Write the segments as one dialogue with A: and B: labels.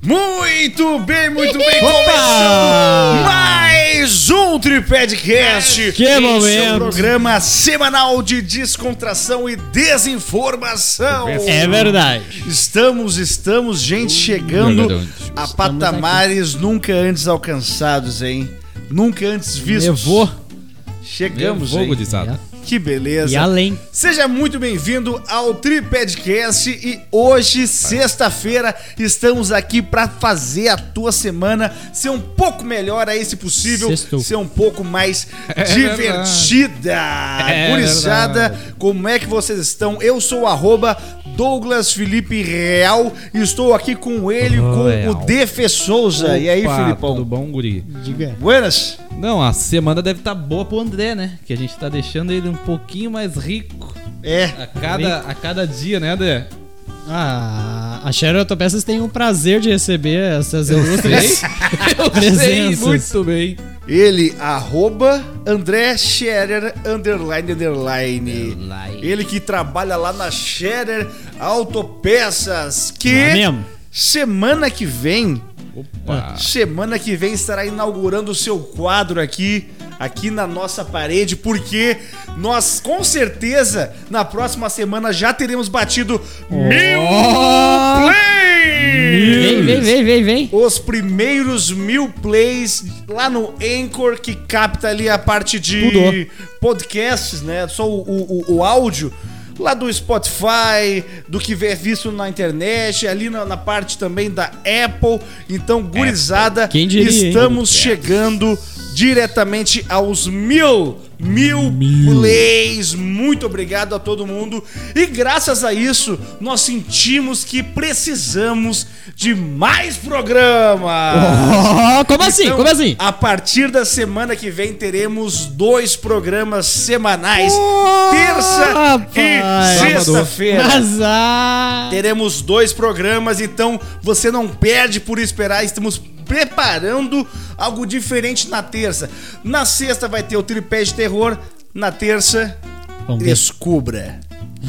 A: Muito bem, muito bem. Começando mais um Tripedcast.
B: Que
A: Esse é o
B: momento.
A: programa semanal de descontração e desinformação.
B: É verdade.
A: Estamos, estamos, gente, chegando a patamares nunca antes alcançados, hein? Nunca antes vistos.
B: Levou
A: Chegamos, hein?
C: gurizada.
A: Que beleza.
B: e além.
A: Seja muito bem-vindo ao Tripedcast e hoje, sexta-feira, estamos aqui para fazer a tua semana ser um pouco melhor aí, se possível,
B: Sextou.
A: ser um pouco mais
C: É
A: divertida.
C: É
A: Gurizada,
C: verdade.
A: como é que vocês estão? Eu sou o arroba Douglas Felipe Real e estou aqui com ele, com o
B: Real.
A: Defe Souza. e aí,
C: Opa, Tudo
A: Filipão?
C: bom, guri?
B: Diga.
A: Buenas?
C: Não, a semana deve estar boa pro André, né? Que a gente tá deixando ele um pouquinho mais rico
A: É.
C: a cada, a cada dia, né, André?
B: Ah, a Cheryl Autopeças tem o prazer de receber essas ilustres
C: Sei
B: presenças.
C: muito bem.
A: Ele, arroba André Scherer, underline, underline.
C: Underline.
A: Ele que trabalha lá na Scherer Autopeças,
B: Lá
A: que
B: mesmo.
A: semana que vem,
C: Opa.
A: semana que vem estará inaugurando o seu quadro aqui, aqui na nossa parede, porque nós, com certeza, na próxima semana já teremos batido mil plays!
B: Vem, vem, vem, vem, vem.
A: os primeiros mil plays lá no Anchor, que capta ali a parte de
B: Tudo.
A: podcasts, né? Só o, o, o- o áudio. Lá do Spotify, do que é visto na internet, ali na, na parte também da Apple. Então, gurizada,
B: Quem diria, hein?
A: estamos chegando diretamente aos mil, mil, plays. Muito obrigado a todo mundo. E graças a isso, nós sentimos que precisamos de mais programa.
B: Oh, como assim?
A: Então,
B: Como assim?
A: A partir da semana que vem teremos dois programas semanais, terça
B: Oh, rapaz.
A: e sexta-feira.
B: Mas ah,
A: Teremos dois programas, então você não perde por esperar. Estamos preparando algo diferente na terça. Na sexta vai ter o tripé de terror. Na terça,
B: Vamos ver.
A: descubra.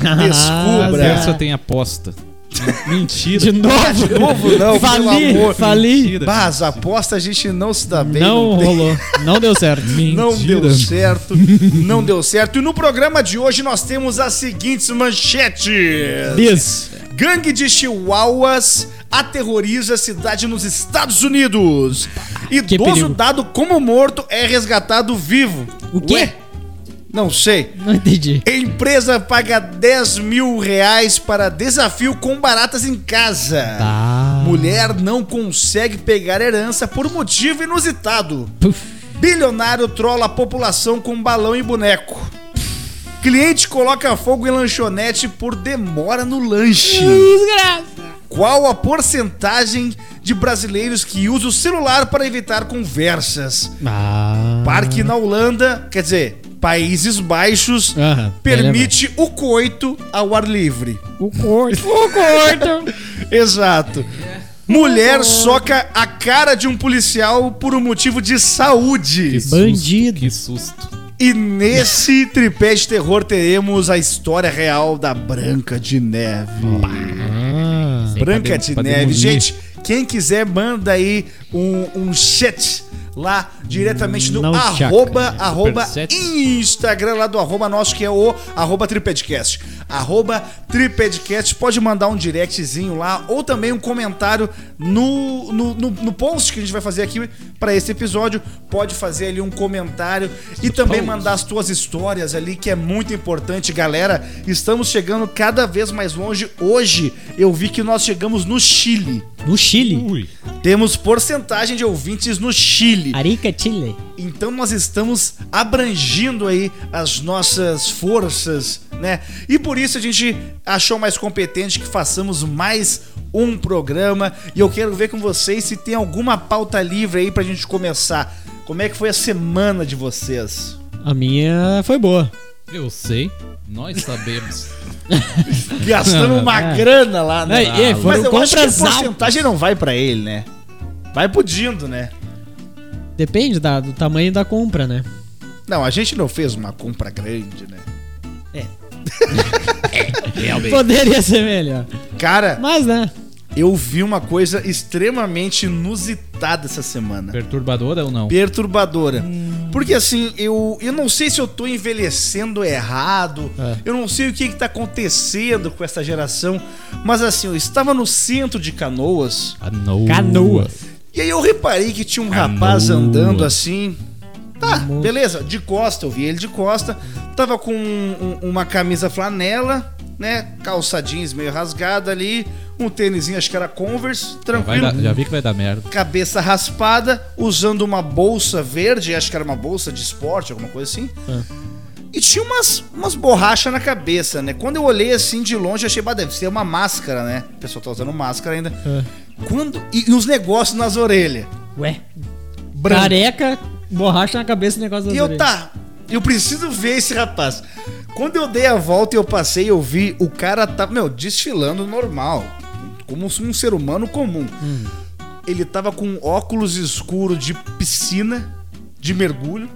B: Ah,
A: Descubra.
C: Terça tem aposta.
B: De
C: Mentira.
B: novo?
A: De novo não,
B: Fali,
A: pelo amor.
B: fali.
A: Bah, as apostas a gente não se dá bem.
B: Não
A: tem-
B: rolou. Não deu certo.
A: Não
C: Mentira.
A: deu certo, não deu certo. E no programa de hoje nós temos as seguintes manchetes.
B: Diz.
A: Gangue de chihuahuas aterroriza a cidade nos Estados Unidos. Idoso
B: perigo.
A: dado como morto é resgatado vivo.
B: O quê?
A: Ué? Não sei.
B: Não entendi.
A: Empresa paga 10 mil reais para desafio com baratas em casa.
B: Tá.
A: Mulher não consegue pegar herança por motivo inusitado.
B: Puf.
A: Bilionário trola a população com balão e boneco. Cliente coloca fogo em lanchonete por demora no lanche.
B: Desgraça.
A: Qual a porcentagem de brasileiros que usa o celular para evitar conversas?
B: Ah.
A: Parque na Holanda, quer dizer, Países Baixos,
B: Aham,
A: permite o coito ao ar livre.
B: O corto. O corto.
A: Exato. Mulher soca a cara de um policial por um motivo de saúde.
B: Bandido.
C: Que susto.
A: E nesse tripé de terror teremos a história real da Branca de Neve.
B: Ah.
A: Branca
C: pra
A: de
C: de- pra
A: Neve.
C: demolir.
A: Gente, quem quiser, manda aí um, um chat lá diretamente no
B: Não chaca,
A: arroba,
B: né?
A: arroba
C: Super chat.
A: Instagram lá do arroba nosso, que é o arroba Tripedcast. Arroba Tripedcast. Pode mandar um directzinho lá ou também um comentário no, no, no, no post que a gente vai fazer aqui pra esse episódio. Pode fazer ali um comentário e também mandar as tuas histórias ali, que é muito importante. Galera, estamos chegando cada vez mais longe. Hoje eu vi que nós chegamos no Chile.
B: No Chile.
C: Ui.
A: Temos porcentagem de ouvintes no Chile.
B: Arica, Chile.
A: Então nós estamos abrangindo aí as nossas forças, né? E por isso a gente achou mais competente que façamos mais um programa. E eu quero ver com vocês se tem alguma pauta livre aí pra gente começar. Como é que foi a semana de vocês?
B: A minha foi boa.
C: Eu sei. Nós sabemos.
A: Gastamos uma
B: É.
A: grana lá, né?
B: É, é,
A: Mas
B: foram
A: eu acho que a
B: compras altas.
A: porcentagem não vai pra ele, né? Vai pudindo, né?
B: Depende da- do tamanho da compra, né?
A: Não, a gente não fez uma compra grande, né?
B: Poderia ser melhor.
A: Cara,
B: Mas, né?
A: eu vi uma coisa extremamente inusitada essa semana.
C: Perturbadora é ou não?
A: Perturbadora.
C: Hum.
A: Porque assim, eu, eu não sei se eu tô envelhecendo errado,
B: É.
A: eu não sei o que, que tá acontecendo com essa geração, mas assim, eu estava no centro de Canoas
C: Canoa.
B: Canoas.
A: e aí eu reparei que tinha um
C: Canoas.
A: rapaz andando assim. Tá, beleza, de costa, eu vi ele de costa. Tava com um- um- uma camisa flanela, né? Calça jeans meio rasgada ali, um tênisinho, acho que era Converse,
C: Vai
A: tranquilo
C: dar- já vi que vai dar merda.
A: cabeça raspada, usando uma bolsa verde, acho que era uma bolsa de esporte, alguma coisa assim. E tinha umas, umas borrachas na cabeça, né? Quando eu olhei assim de longe, achei, bah, deve ser uma máscara, né? O pessoal tá usando máscara ainda.
B: É.
A: Quando. E, e os negócios nas orelhas.
B: Ué.
A: Branco.
B: Careca, borracha na cabeça, negócio das
A: E eu
B: orelhas.
A: tá, eu preciso ver esse rapaz. Quando eu dei a volta e eu passei, eu vi o cara tá, meu, desfilando normal, como um ser humano comum. Ele tava com óculos escuro de piscina, de mergulho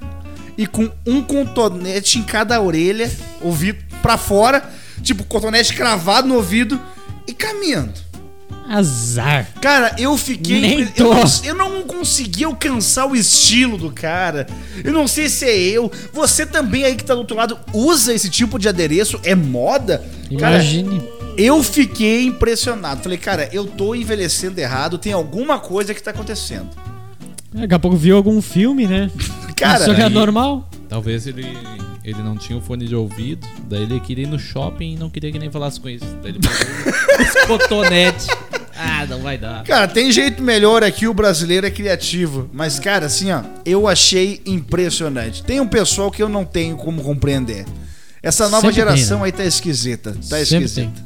A: e com um cotonete em cada orelha, ouvido pra fora, tipo cotonete cravado no ouvido e caminhando.
B: Azar.
A: Cara, eu fiquei.
B: Nem
A: eu-
B: tô.
A: Eu, não- eu não consegui alcançar o estilo do cara. Eu não sei se é eu. Você também aí que tá do outro lado usa esse tipo de adereço? É moda? Cara,
B: Imagine.
A: eu fiquei impressionado. Falei, cara, eu tô envelhecendo errado. Tem alguma coisa que tá acontecendo.
B: Daqui a pouco viu algum filme, né?
A: Cara,
B: Isso que é
C: aí-
B: normal.
C: Talvez ele, ele não tinha o fone de ouvido, daí ele queria ir no shopping e não queria que nem falasse com isso. Daí ele pegou os cotonete. Ah, não vai dar.
A: Cara, tem jeito melhor aqui, o brasileiro é criativo. Mas, cara, assim, ó, eu achei impressionante. Tem um pessoal que eu não tenho como compreender. Essa nova
B: Sempre tem,
A: geração
B: né?
A: aí tá esquisita. Tá
B: Sempre
A: esquisita.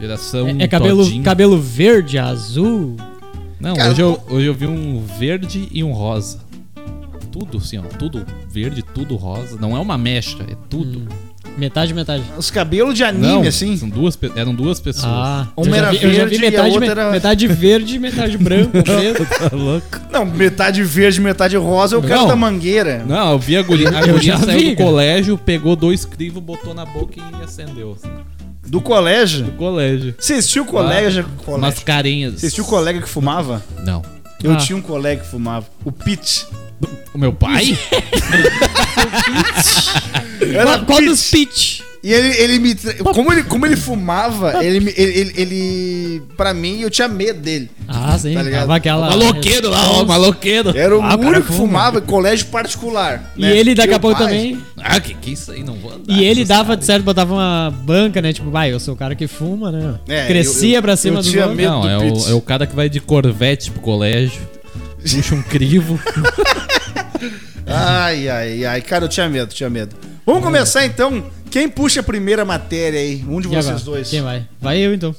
C: Geração
B: É, é cabelo,
C: Um todinho.
B: cabelo verde, azul.
C: Não,
A: Cara,
C: hoje, eu, hoje eu vi um verde e um rosa. Tudo, assim, ó. Tudo verde, tudo rosa. Não é uma mecha, é tudo.
B: Hum. Metade, metade.
A: Os cabelos de anime,
C: não,
A: assim.
C: são duas, pe- eram duas pessoas.
B: Ah,
A: Uma
B: eu já
A: Um era
B: vi- eu já vi
A: verde e a
B: metade,
A: outra
B: me-
A: era-
B: metade verde, metade branco, preto.
C: tá louco?
A: Não, metade verde, metade rosa, eu quero
C: Não.
A: da mangueira.
C: Não, eu vi a guria, a
B: Eu
C: guria
B: já
C: saiu
B: vi,
C: do
B: cara.
C: colégio, pegou dois crivos, botou na boca e acendeu. assim.
A: Do colégio.
C: Do colégio.
A: Você assistiu o
B: Ah,
A: colega? já- colégio.
C: Mascarinhas.
A: Você assistiu o colega que fumava?
C: Não.
A: Eu
B: Ah.
A: tinha um colega que fumava. O Pete.
C: O meu pai?
A: Era
B: Qual, qual
A: Pete.
B: dos pitch?
A: E ele, ele me. tra- Como ele, como ele fumava, ele, me- ele, ele, ele. Pra mim, eu tinha medo dele.
B: Ah, sim.
A: Tá ligado?
B: tava aquela...
C: maloqueiro lá, ó, maloqueiro.
A: Era o
B: Ah, o cara
A: único que
B: fuma.
A: fumava em colégio particular.
B: E
A: né?
B: ele daqui
A: Meu
B: a pouco
A: pai.
B: também.
C: Ah, que que isso aí, não vou andar.
B: E ele
C: essas
B: dava, de
C: coisas.
B: certo, botava uma banca, né? Tipo, vai, eu sou o cara que fuma, né?
A: É,
B: Crescia
A: eu- eu-
B: pra cima
A: eu
B: dos
A: tinha
B: outros.
A: medo
C: Não,
A: do
C: é
A: Pitts.
C: o, é o cara que vai de corvette pro colégio, puxa um crivo.
A: Ai, ai, ai. Cara, eu tinha medo, tinha medo.
B: É.
A: Vamos começar então. Quem puxa a primeira matéria aí? Um de
B: E
A: vocês
B: agora?
A: dois.
B: Quem vai? Vai eu, então.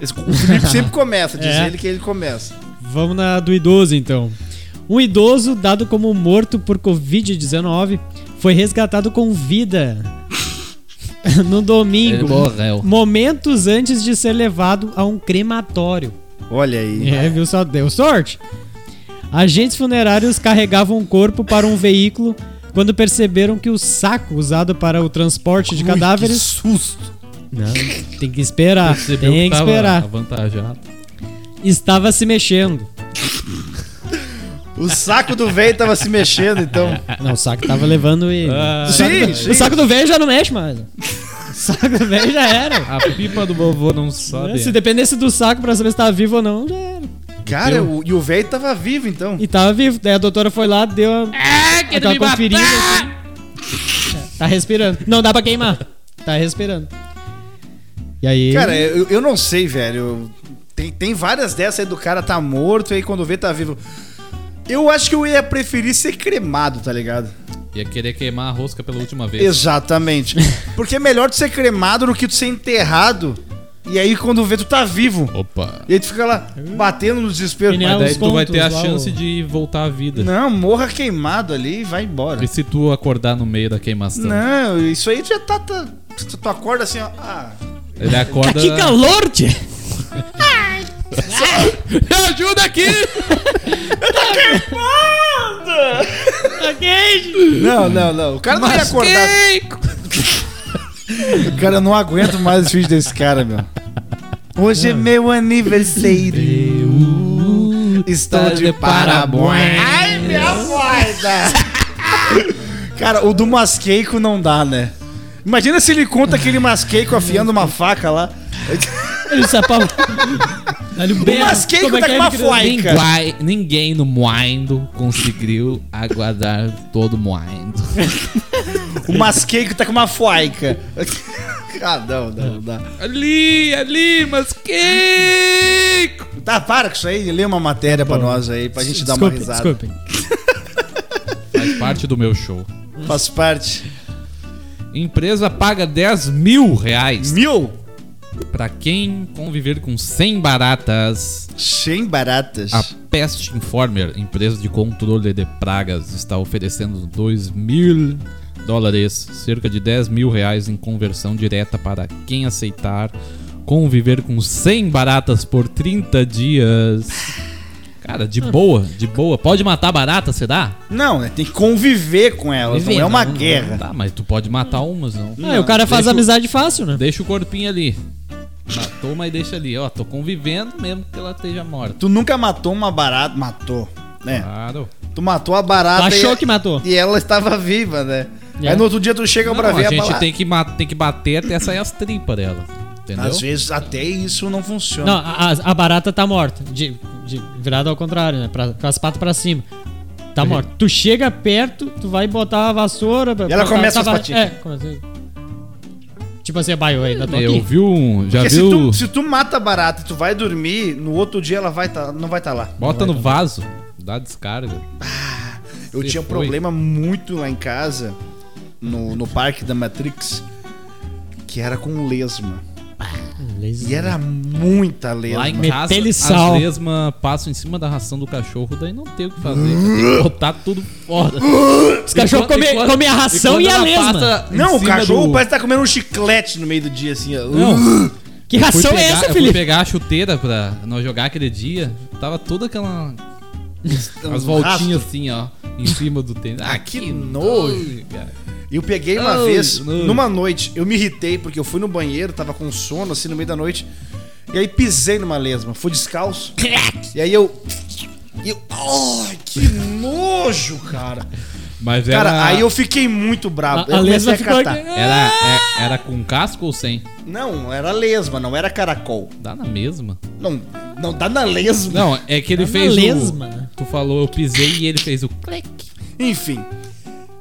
A: Esse- O Felipe sempre começa, diz
B: É.
A: ele que ele começa.
B: Vamos na do idoso, então. Um idoso dado como morto por Covid-19 foi resgatado com vida no domingo,
C: Ele morreu.
B: momentos antes de ser levado a um crematório.
A: Olha aí.
B: É, viu? Só deu sorte. Agentes funerários carregavam o corpo para um veículo quando perceberam que o saco usado para o transporte de
A: Ui,
B: cadáveres.
A: Que susto.
B: Não, tem que esperar.
C: Percebeu
B: tem que
C: tava
B: esperar.
C: avantajado.
B: Estava se mexendo.
A: O saco do velho tava se mexendo, então.
B: Ah, Não, o saco tava levando ele.
C: Ah,
A: sim, sim.
B: O saco do velho já não mexe mais. O saco do velho já era.
C: A pipa do vovô não sobe.
B: Se dependesse do saco pra saber se tava vivo ou não, já era.
A: Cara, o- e o velho tava vivo, então.
B: E tava vivo. Daí a doutora foi lá, deu a, aquela conferida. assim. É, Tá respirando. Não dá pra queimar. Tá respirando. E aí.
A: Cara, é- eu, eu não sei, velho. Tem, tem várias dessas aí do cara tá morto e aí quando vê tá vivo. Eu acho que eu ia preferir ser cremado, tá ligado?
C: Ia querer queimar a rosca pela última vez.
A: Exatamente. Porque é melhor tu ser cremado do que tu ser enterrado. E aí quando vê tu tá vivo.
C: Opa.
A: E aí tu fica lá batendo no desespero.
B: Que nem
A: Mas
B: a-
A: daí-
C: Daí
B: os
C: tu vai ter a
B: contos lá,
C: chance
B: o-
C: de voltar à vida.
A: Não, morra queimado ali e vai embora.
C: E se tu acordar no meio da queimação?
A: Não, isso aí já tá. tá- tu, tu acorda assim, ó. Ah,
C: Ele
B: Tá
C: acorda.
B: que calor, tia!
C: Me ajuda aqui!
B: Tá
A: Não, não, não. O cara não ia acordar. O cara eu não aguento mais os vídeos desse cara, meu. Hoje é meu aniversário. Estou de parabéns. Ai, minha voz! Cara, o do masqueico não dá, né? Imagina se ele conta aquele masqueico afiando uma faca lá.
B: Ele sapava. Dá-lhe um berro.
A: masqueiro
B: Como é
A: tá
B: que
A: com
B: é,
A: uma
B: ele criou?
A: foice.
C: Ninguém, ninguém no Moindo conseguiu aguardar todo o Moindo.
A: O masqueico tá com uma foica. Ah, não, não, não dá.
C: Ali, ali, mas que...
A: Tá, para com isso aí. Lê uma matéria pra nós aí, pra gente dar uma
B: Desculpem,
A: risada.
B: Desculpem.
C: Faz parte do meu show.
A: Faz parte.
C: Empresa paga 10 mil reais
A: Mil
C: pra quem conviver com 100 baratas.
A: sem baratas.
C: A Pest Informer, empresa de controle de pragas, está oferecendo 2 mil dólares, cerca de 10 mil reais em conversão direta para quem aceitar conviver com 100 baratas por 30 dias. Cara, de boa, de boa. Pode matar barata, será?
A: Não, né, tem que conviver com elas.
C: Viver,
A: não é uma
C: não,
A: guerra. É,
C: Tá, mas tu pode matar umas, não.
B: Ah, e o cara faz
C: Deixa eu-
B: amizade fácil, né?
C: Deixa o corpinho ali. Matou, mas deixa ali. Ó, tô convivendo mesmo que ela esteja morta.
A: Tu nunca matou uma barata. Matou.
B: É.
A: Né?
C: Claro.
A: Tu matou a barata.
B: Achou
A: e...
B: que matou.
A: E ela estava viva, né?
B: É.
A: Aí no outro dia tu chega pra
C: Não,
A: ver
C: a
A: a,
C: gente
A: barata.
C: tem que, ma- tem que bater até sair as tripas dela. Entendeu?
A: Às vezes até isso não funciona.
B: Não, a, a- a barata tá morta. De, de- virado ao contrário, né? Pra, com as patas pra cima. Tá morta. Tu chega perto, tu vai botar a vassoura. pra-
A: E ela
B: pra-
A: começa
B: tá-
A: as
B: tá-
A: patinhas.
B: É, começa aí. Tipo assim, baio ainda tô
C: Eu
B: aqui.
C: vi um. Já
A: Porque se
C: viu.
A: tu, se tu mata a barata e tu vai dormir, no outro dia ela vai tá, não vai estar lá.
C: Bota no vaso. Dá descarga.
A: Eu
C: Você
A: tinha um
C: foi.
A: problema muito lá em casa, no, no parque da Matrix, que era com lesma.
B: Laser.
A: E é era muita lesma.
C: Lá em
B: Metele
C: casa,
B: sal.
C: as lesmas passam em cima da ração do cachorro, daí não tem o que fazer. Tem que botar tudo fora.
B: Os cachorros
C: Enquanto-
B: comem
C: enquanto-
B: come a ração
C: enquanto
B: e a
C: ela
B: lesma.
C: passa em
A: Não, o
C: cima
A: cachorro
C: do-
A: parece que tá comendo um chiclete no meio do dia, assim, ó.
C: Não,
B: Que
C: fui
B: ração
C: pegar,
B: é essa,
C: eu fui
B: Felipe?
C: pegar a chuteira pra nós jogar aquele dia. Tava toda aquela.
A: Um
C: As voltinhas
A: rastro.
C: assim, ó. Em cima do tênis. Ah, que
A: nojo,
C: cara.
A: Eu peguei uma
C: Ai,
A: vez,
C: não.
A: numa noite, eu me irritei porque eu fui no banheiro, tava com sono assim no meio da noite. E aí pisei numa lesma, fui descalço. E aí eu. e eu. Ai, que nojo, cara.
C: Mas era.
A: Cara, aí eu fiquei muito bravo.
B: A,
A: eu
B: a lesma
A: comecei
B: ficou
A: a
B: aqui.
A: catar.
C: Era, é- era com casco ou sem?
A: Não, era lesma, não era caracol.
C: Dá na mesma.
A: Não, não dá na lesma.
C: Não, é que ele
B: Dá na
C: fez. o-
B: lesma.
C: tu falou, eu pisei e ele fez o clique.
A: Enfim,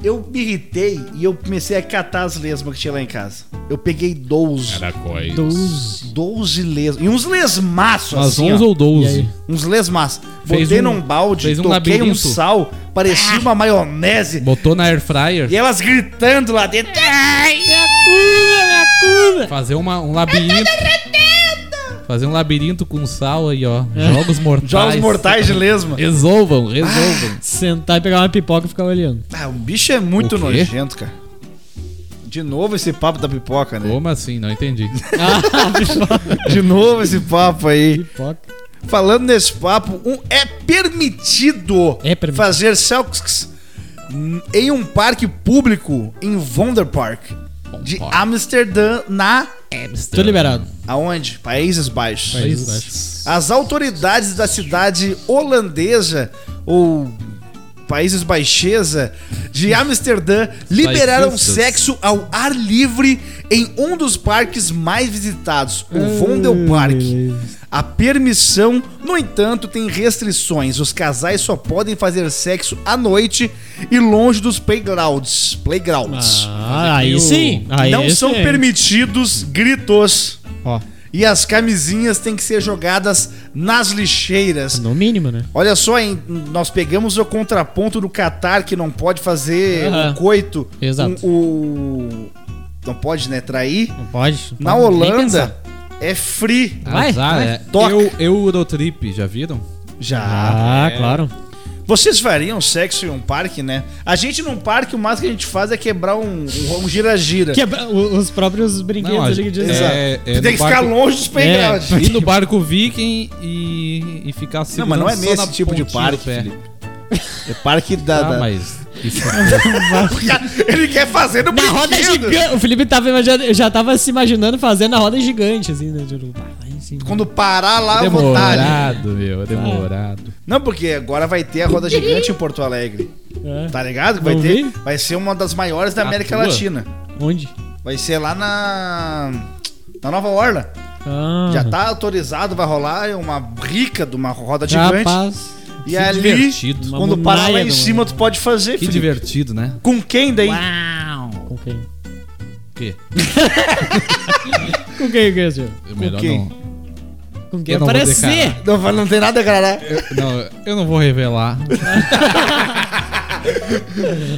A: eu me irritei e eu comecei a catar as lesmas que tinha lá em casa. Eu peguei 12.
C: Caracóis.
B: Doze.
A: 12 lesmas. E uns lesmaços
C: Umas
A: assim. ó.
C: 11 ou
B: E
C: 12.
B: aí?
A: Uns lesmas.
C: Fez
A: Botei
C: um-
A: num balde,
C: fez um
A: toquei um
C: labirinto.
A: sal, parecia uma maionese.
C: Botou na air fryer.
A: E elas gritando lá dentro. Ai,
B: Minha É curva, minha curva.
C: Fazer uma, um labirinto. Fazer um labirinto com sal aí, ó. Jogos mortais.
A: Jogos mortais de lesma.
C: Resolvam, resolvam.
B: Sentar e pegar uma pipoca e ficar olhando.
A: Ah, o bicho é muito
C: O quê?
A: nojento, cara. De novo esse papo da pipoca, né?
C: Como assim? Não entendi.
A: De novo esse papo aí.
B: Pipoca.
A: Falando nesse papo, um- é permitido
B: É permitido.
A: fazer selfies em um parque público em Wonderpark de
C: Park.
A: Amsterdã, na
B: Tô liberado.
A: aonde? Países Baixos.
B: Países
C: Isso.
B: Baixos.
A: As autoridades da cidade holandesa ou Países Baixesa de Amsterdã liberaram
C: Baixistas.
A: sexo ao ar livre em um dos parques mais visitados, o Vondelpark. A permissão, no entanto, tem restrições. Os casais só podem fazer sexo à noite e longe dos playgrounds. Playgrounds.
B: Ah,
C: Fazer
B: aí
C: aqui o-
B: sim. Aí
A: Não são
B: sim.
A: permitidos gritos.
B: Ó,
A: E as camisinhas têm que ser jogadas nas lixeiras.
B: no mínimo, né?
A: Olha só, hein? Nós pegamos o contraponto do Qatar que não pode fazer
B: Aham.
A: o coito. um,
B: Exato.
A: O, o- Não pode, né? Trair.
B: Não pode. não
A: Na
B: pode nem pensar.
A: Holanda é free.
B: Vai,
C: Azar,
B: vai,
C: é.
A: toca.
C: Eu, Eurotrip, já viram?
A: Já.
B: Ah, claro.
A: Vocês fariam sexo em um parque, né? A gente num parque, o mais que a gente faz é quebrar um um- um gira-gira.
B: Quebra o- os próprios brinquedos
C: a
B: ali que
C: gente-
B: dizem.
A: Exato.
C: é- é
A: Tu tem
C: no
A: que ficar
C: barco-
A: longe
B: É.
A: dos playgrounds.
C: Ir no barco viking e, e ficar
A: Não, mas não é
C: segurando
A: nesse
C: só na
A: tipo de
C: pontinha
A: parque,
C: do pé.
A: Felipe. É parque da...
C: Ah,
A: da-
C: mas... Isso, é
A: Ele quer fazer no
B: Na roda é
A: brinquedo.
B: gigante. O Felipe tava, imagi- já tava se imaginando fazendo a roda gigante, assim, né? Tipo, vai, vai, sim.
A: Quando parar lá, eu vou
B: né?
A: estar. ali.
C: Demorado, meu, é demorado.
A: Não, porque agora vai ter a roda gigante em Porto Alegre.
B: É.
A: Tá ligado? Vai
B: Não
A: ter,
B: vi.
A: vai ser uma das maiores da
C: Na
A: América
C: tua?
A: Latina.
B: Onde?
A: Vai ser lá na na Nova Orla.
B: Ah,
A: Já tá autorizado, vai rolar é uma rica de uma roda gigante.
B: Rapaz.
A: E
C: Que
A: ali,
C: divertido.
B: Uma
A: quando parar lá
B: munaia
A: em
B: do
A: cima,
B: mundo.
A: tu pode fazer,
C: Que
A: Felipe.
C: divertido, né?
A: Com quem daí?
C: Uau!
B: Com quem?
C: O quê?
B: Com quem, Cristian?
C: Eu Melhor
A: quem?
C: não.
B: Com quem
C: Eu não vou
B: aparecer?
C: declarar.
A: Não, vai- não tem nada a gravar.
C: Eu, não, eu não vou revelar.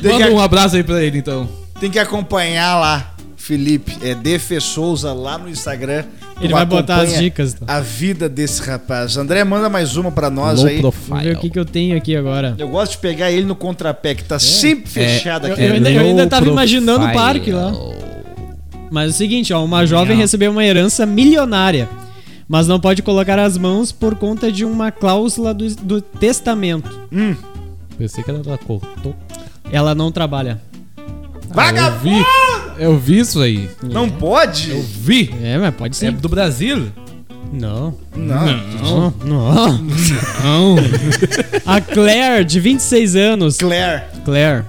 A: Tem que,
C: Manda um abraço aí pra ele, então.
A: tem que acompanhar lá. Felipe, é DF Souza lá no Instagram.
B: Ele
A: Tu
B: vai botar as
A: acompanha
B: dicas,
C: então.
B: tá?
A: A vida desse rapaz. André, manda mais uma pra nós aí.
B: Vamos ver o que, que eu tenho aqui agora.
A: Eu gosto de pegar ele no contrapé, que
C: É.
A: tá sempre fechado aqui. né?
B: Eu ainda- eu ainda tava
C: low
B: imaginando o
C: profile.
B: parque lá. Mas é o seguinte, ó, uma jovem
C: Não.
B: recebeu uma herança milionária, mas não pode colocar as mãos por conta de uma cláusula do, do testamento.
C: Pensei que ela ela cortou.
B: Ela não trabalha.
C: é Eu
A: Vagabundo!
C: vi, eu vi isso aí.
A: Não pode?
C: Eu vi.
B: É, mas pode
C: É
B: ser.
C: do Brasil?
B: Não.
A: Não.
C: Hum.
B: Não. Não.
C: Não.
B: A Claire, de 26 anos.
A: Claire.
B: Claire.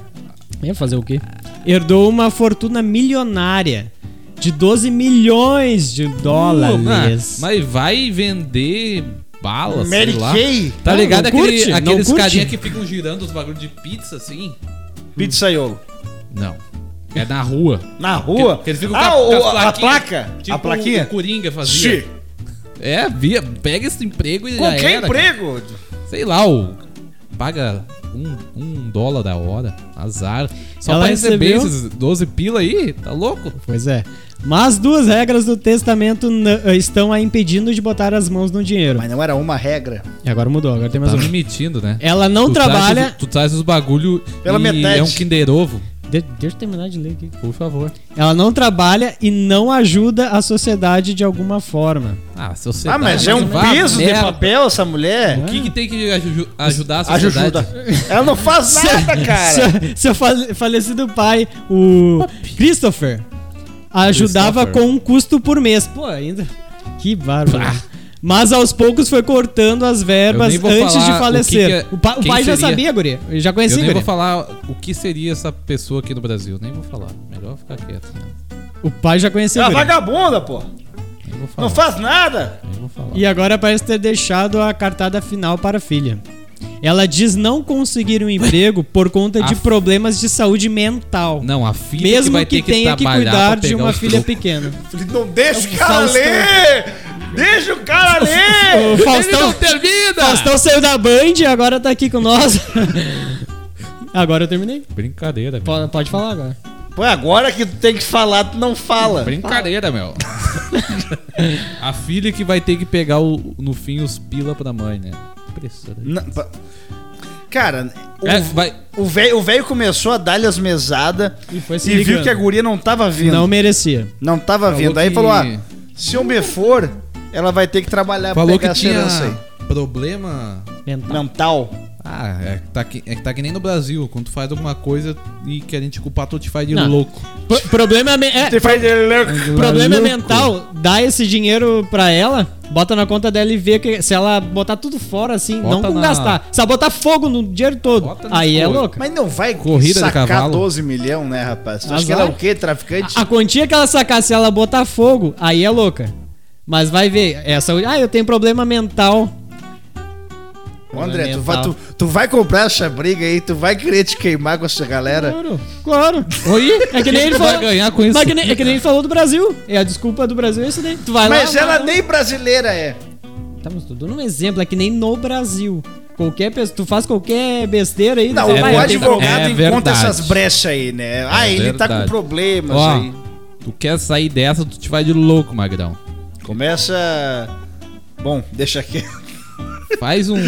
B: Ia fazer o quê? Herdou uma fortuna milionária de 12 milhões de dólares.
C: Ah, Mas vai vender bala,
A: Mary
C: sei lá.
A: Kay?
C: Tá
B: Não,
C: ligado
B: não
C: aquele,
B: curte, não
C: aqueles
B: curte.
C: carinha que ficam girando os bagulhos de pizza assim?
A: Pizzaiolo.
C: Não. É na rua.
A: Na rua?
C: Que eles ficam
A: ah,
C: com a-
A: o-
C: com
A: a
C: as plaquinhas,
A: placa?
C: Tipo
A: a plaquinha?
C: o Coringa fazia.
A: Sim.
C: É, via, pega esse emprego e já
A: Com que
C: era, cara.
A: emprego?
C: Sei lá, o, paga um, um dólar da hora. Azar. Só
B: Ela
C: pra receber
B: recebeu?
C: esses 12 pila aí, tá louco?
B: Pois é. Mas duas regras do testamento n- eh, estão a impedindo de botar as mãos no dinheiro.
A: Mas não era uma regra.
B: E agora mudou, agora tem mais
C: Tá
B: uma.
C: me mentindo, né?
B: Ela não
C: Tu traz
B: trabalha.
C: os- tu traz os bagulho
A: Pela
C: e
A: metade.
C: é um Kinder Ovo.
B: De- deixa eu terminar de ler aqui.
C: Por favor.
B: Ela não trabalha e não ajuda a sociedade de alguma forma.
C: Ah, se você
A: Ah, mas é um peso de papel essa mulher?
C: O que, que tem que aju- ajudar a sociedade?
A: Ajuda.
C: é?
A: Ela não faz nada, cara.
B: Seu, seu fale- falecido pai, o Christopher, ajudava
C: Christopher.
B: com um custo por mês. Pô, ainda. Que bárbaro. Mas aos poucos foi cortando as verbas
C: Eu nem vou
B: antes
C: falar
B: de falecer.
C: o que que é-
B: o, pa- o
C: quem
B: pai já
C: seria.
B: sabia, Guri. Ele já
C: Eu
B: conhecia,
C: nem
B: Guri.
C: vou falar o que seria essa pessoa aqui no Brasil. Nem vou falar. Melhor ficar quieto. né?
B: O pai já conhecia,
A: Ela é
B: Guri.
A: vagabunda, pô.
C: Nem vou falar.
A: Não faz nada.
C: Nem vou falar.
B: E agora parece ter deixado a cartada final para a filha. Ela diz não conseguir um emprego por conta de
C: A-
B: problemas de saúde mental.
C: Não, a filha que
B: mesmo
C: vai
B: que,
C: ter que
B: tenha que
C: trabalhar pra
B: cuidar de
C: pegar um
B: uma
C: o
B: filha
C: troco.
B: pequena.
A: Falei, não
C: É
A: deixa
C: um
A: o cara
B: Faustão.
A: ler. Deixa o cara
B: O
A: ler.
C: Ele
B: Faustão,
C: não termina!
B: Faustão saiu da Band e agora tá aqui com nós. agora eu terminei.
C: Brincadeira, meu.
B: Pode, pode falar agora.
A: Pô, agora que tu tem que falar, tu não fala.
C: Brincadeira, meu. a filha que vai ter que pegar o- no fim os pila pra mãe, né? Impressionante.
A: Não, pa- Cara, o-
C: É, vai.
A: o velho o velho começou a dar-lhe as mesadas
B: E foi se
A: e viu
B: ligando.
A: que a guria não tava vindo.
B: Não merecia.
A: Não tava
C: Falou
A: vindo. Aí
C: que-
A: falou: ah, se eu me for, ela vai ter que trabalhar
C: Falou que
A: essa
C: tinha
A: herança aí.
C: problema.
B: Mental.
A: Mental.
C: Ah, é que, tá que, é que tá que nem no Brasil. Quando tu faz alguma coisa e querem te culpar, tu te faz de
B: Não.
C: louco.
B: P- problema me- é,
A: faz ele
B: problema
C: Maluco.
B: mental, dá esse dinheiro pra ela, bota na conta dela e vê que se ela botar tudo fora assim,
C: Bota
B: não com
C: na-
B: gastar, se ela botar fogo no dinheiro todo,
C: Bota nas
B: aí é
C: coisas.
B: louca.
A: Mas não vai
C: Corrida de
A: sacar
C: cavalo.
A: 12 milhões, né, rapaz? Tu acha
B: Azar. Ah,
A: que ela é o quê? Traficante?
B: A quantia que ela sacar se ela botar fogo, aí é louca. Mas vai ver, essa, ah, eu tenho problema mental.
A: Ô, André, tu
B: Mental.
A: vai, tu, tu vai comprar essa briga aí, tu vai querer te queimar com essa galera.
B: Claro, claro.
C: Oi?
B: É que nem ele
C: tu
B: falou.
C: vai ganhar com isso?
B: Mas que nem- é que nem ele falou do Brasil. É a desculpa do Brasil é isso daí. Tu vai
A: Mas
B: lá.
A: ela
B: vai lá.
A: nem brasileira é.
B: Tá, mas tô dando um exemplo, é que nem no Brasil. Qualquer pessoa, tu faz qualquer besteira aí,
A: Não,
B: tu
C: é
A: o
B: vai,
C: verdade.
A: advogado
C: É
A: encontra
C: verdade. É
A: essas brechas aí, né? ah, ele tá com
C: verdade.
A: problemas
C: Ó,
A: aí.
C: tu quer sair dessa, tu te faz de louco, Magrão.
A: Começa. Bom, deixa aqui.
C: Faz um.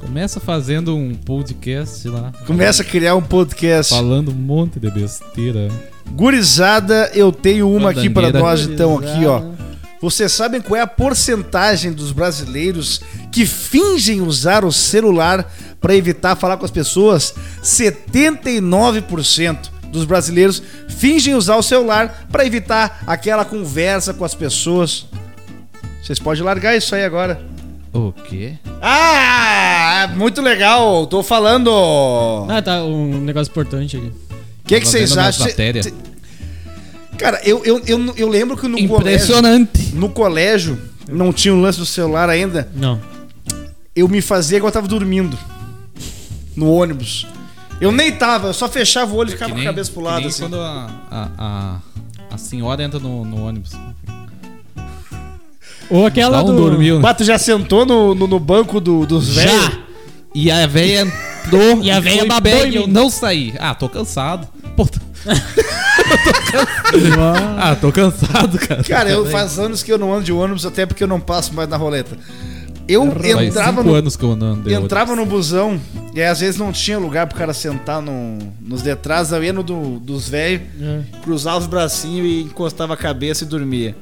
C: Começa fazendo um podcast sei lá.
A: Começa a criar um podcast.
C: Falando um monte de besteira.
A: Gurizada, eu tenho uma aqui pra
C: Bandaneira.
A: nós, então, aqui, ó.
B: Gurizada.
A: Vocês sabem qual é a porcentagem dos brasileiros que fingem usar o celular pra evitar falar com as pessoas? 79% dos brasileiros fingem usar o celular pra evitar aquela conversa com as pessoas. Vocês podem largar isso aí agora.
C: O quê?
A: Ah, muito legal. Tô falando. O
B: Ah, tá, um negócio importante aqui.
A: que, que
C: Tava
A: vocês
C: vendo minhas
A: acham?
C: Tá matérias.
A: Cê- Cara, eu, eu, eu, eu lembro que no colégio,
C: Impressionante.
A: no colégio não tinha o lance do celular ainda.
B: Não.
A: Eu me fazia igual eu tava dormindo no ônibus. Eu nem tava, eu só fechava o olho e ficava
C: É Que
A: com a
C: nem-
A: cabeça pro
C: que
A: lado.
C: nem
A: Assim.
C: quando a, a, a, a senhora entra no, no ônibus.
B: Ou aquela
C: Dá um né?
B: do...
C: dormiu.
A: Bah, tu já sentou no, no, no banco do- dos velhos?
B: Já!
C: E a véia entrou.
B: E a véia
C: foi
B: babou em
C: bem, e eu
B: mim.
C: não saí. Ah, tô cansado. Pô, tô-
B: Ah,
C: Ah, tô cansado, cara.
A: Cara, eu
C: Também.
A: faz anos que eu não ando de ônibus, até porque eu não passo mais na roleta. Eu
C: Faz
A: entrava
C: cinco
A: no,
C: anos que eu não andei.
A: entrava no busão e às vezes não tinha lugar pro cara sentar no, nos detrás, eu ia no do- dos velhos,
C: É.
A: cruzava os bracinhos e encostava a cabeça e dormia.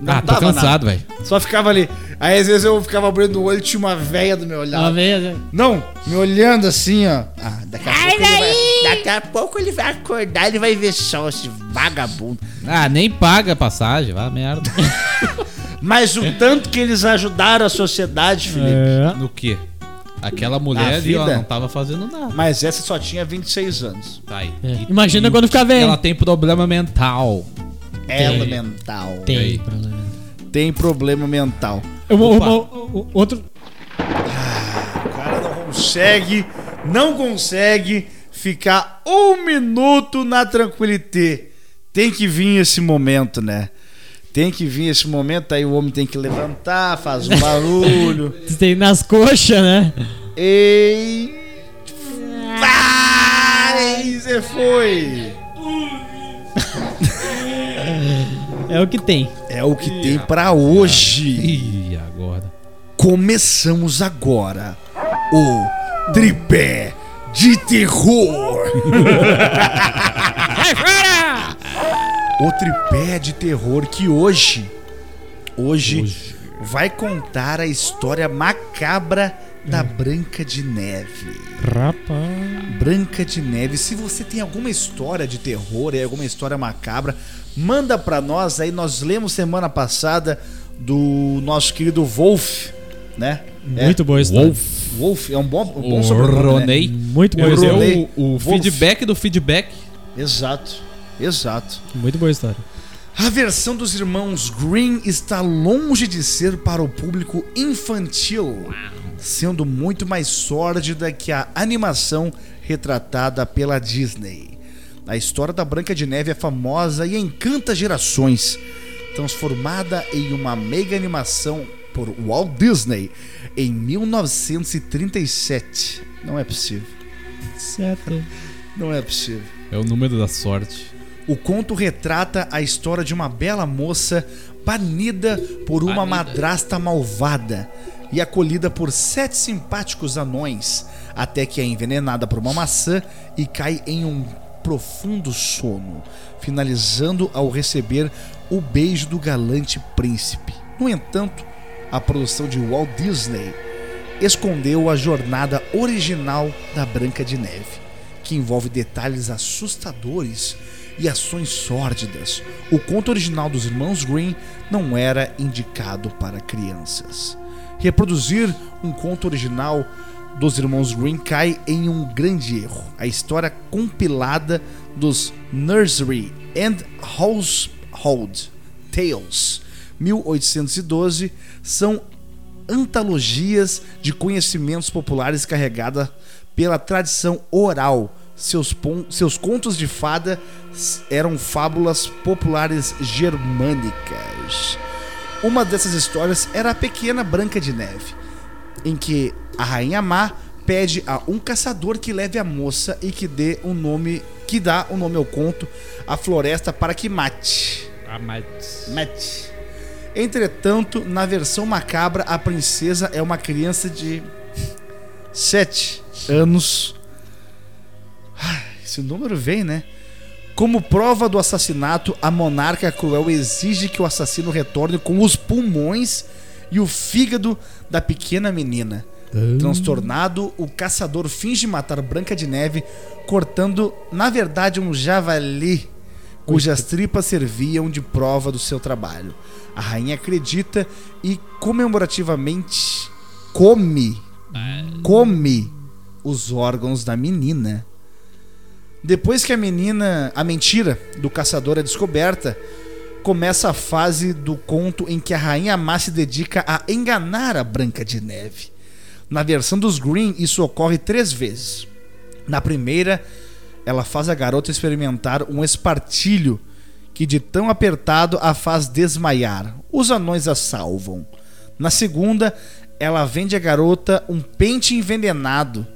A: Não
C: Ah, tô
A: dava
C: cansado, velho.
A: nada, Só ficava ali. Aí às vezes eu ficava abrindo o olho e tinha uma véia do meu olhar.
B: Uma vez, né?
A: Não, me olhando assim, ó. Ah, daqui a pouco ele vai. Daqui a pouco ele vai acordar, ele vai ver só esse vagabundo.
C: Ah, nem paga a passagem, vá merda.
A: Mas o tanto que eles ajudaram a sociedade, Felipe.
B: É.
C: no quê? Aquela mulher
A: Na
C: ali, ó,
A: vida?
C: não tava fazendo nada.
A: Mas essa só tinha 26 anos.
C: Tá aí.
B: É. Imagina quando ficar velho.
C: Ela tem problema mental.
A: Ela mental. Tem,
C: Ei.
B: problema.
A: problema mental.
B: Uma-
C: Opa.
B: uma- o- outro...
A: O cara não consegue, não consegue ficar um minuto na tranquilidade. Tem que vir esse momento, né? Tem que vir esse momento, aí o homem tem que levantar, faz um barulho.
B: Tem nas coxas, né?
A: e. Vai! Você foi!
B: É o que tem.
A: É o que tem pra hoje.
C: Ih, agora.
A: Começamos agora o tripé de terror. o tripé de terror que hoje, hoje, vai contar a história macabra da Branca de Neve.
B: Rapaz.
A: Branca de Neve. Se você tem alguma história de terror, é alguma história macabra, manda pra nós aí. Nós lemos semana passada do nosso querido Wolf, né?
B: Muito
A: é.
B: boa a história.
C: Wolf.
A: Wolf é um bom, um bom
C: O
A: sobrenome, né?
C: Ronei.
B: Muito boa
C: Eu usei
B: história.
A: Ronei.
C: o, o
A: Wolf.
C: feedback do feedback.
A: Exato, exato.
B: Muito boa história.
A: A versão dos irmãos Green está longe de ser para o público infantil, sendo muito mais sórdida que a animação retratada pela Disney. A história da Branca de Neve é famosa e encanta gerações. Transformada em uma mega animação por Walt Disney em 1937. Não é possível.
B: Certo.
A: Não é possível.
C: É o número da sorte.
A: O conto retrata a história de uma bela moça banida por uma
C: Banida.
A: madrasta malvada e acolhida por sete simpáticos anões, até que é envenenada por uma maçã e cai em um profundo sono, finalizando ao receber o beijo do galante príncipe. No entanto, a produção de Walt Disney escondeu a jornada original da Branca de Neve, que envolve detalhes assustadores e ações sórdidas. O conto original dos irmãos Green não era indicado para crianças. Reproduzir um conto original dos irmãos Green cai em um grande erro. A história compilada dos Nursery and Household Tales 1812 são antologias de conhecimentos populares carregada pela tradição oral. Seus, pon- seus contos de fada s- eram fábulas populares germânicas. Uma dessas histórias era a Pequena Branca de Neve, em que a Rainha Má pede a um caçador que leve a moça e que dê o nome que dá o nome ao conto, a floresta para que mate.
C: Ah, mas...
A: Matt. Entretanto, na versão macabra, a princesa é uma criança de 7 anos. Ai, Esse número vem, né? Como prova do assassinato, a monarca cruel exige que o assassino retorne com os pulmões e o fígado da pequena menina. Transtornado, o caçador finge matar Branca de Neve, cortando, na verdade, um javali cujas tripas serviam de prova do seu trabalho. A rainha acredita e comemorativamente come
C: É.
A: come os órgãos da menina. Depois que a menina, a mentira do caçador é descoberta, começa a fase do conto em que a rainha má se dedica a enganar a Branca de Neve. Na versão dos Green, isso ocorre três vezes. Na primeira, ela faz a garota experimentar um espartilho que, de tão apertado, a faz desmaiar. Os anões a salvam. Na segunda, ela vende à garota um pente envenenado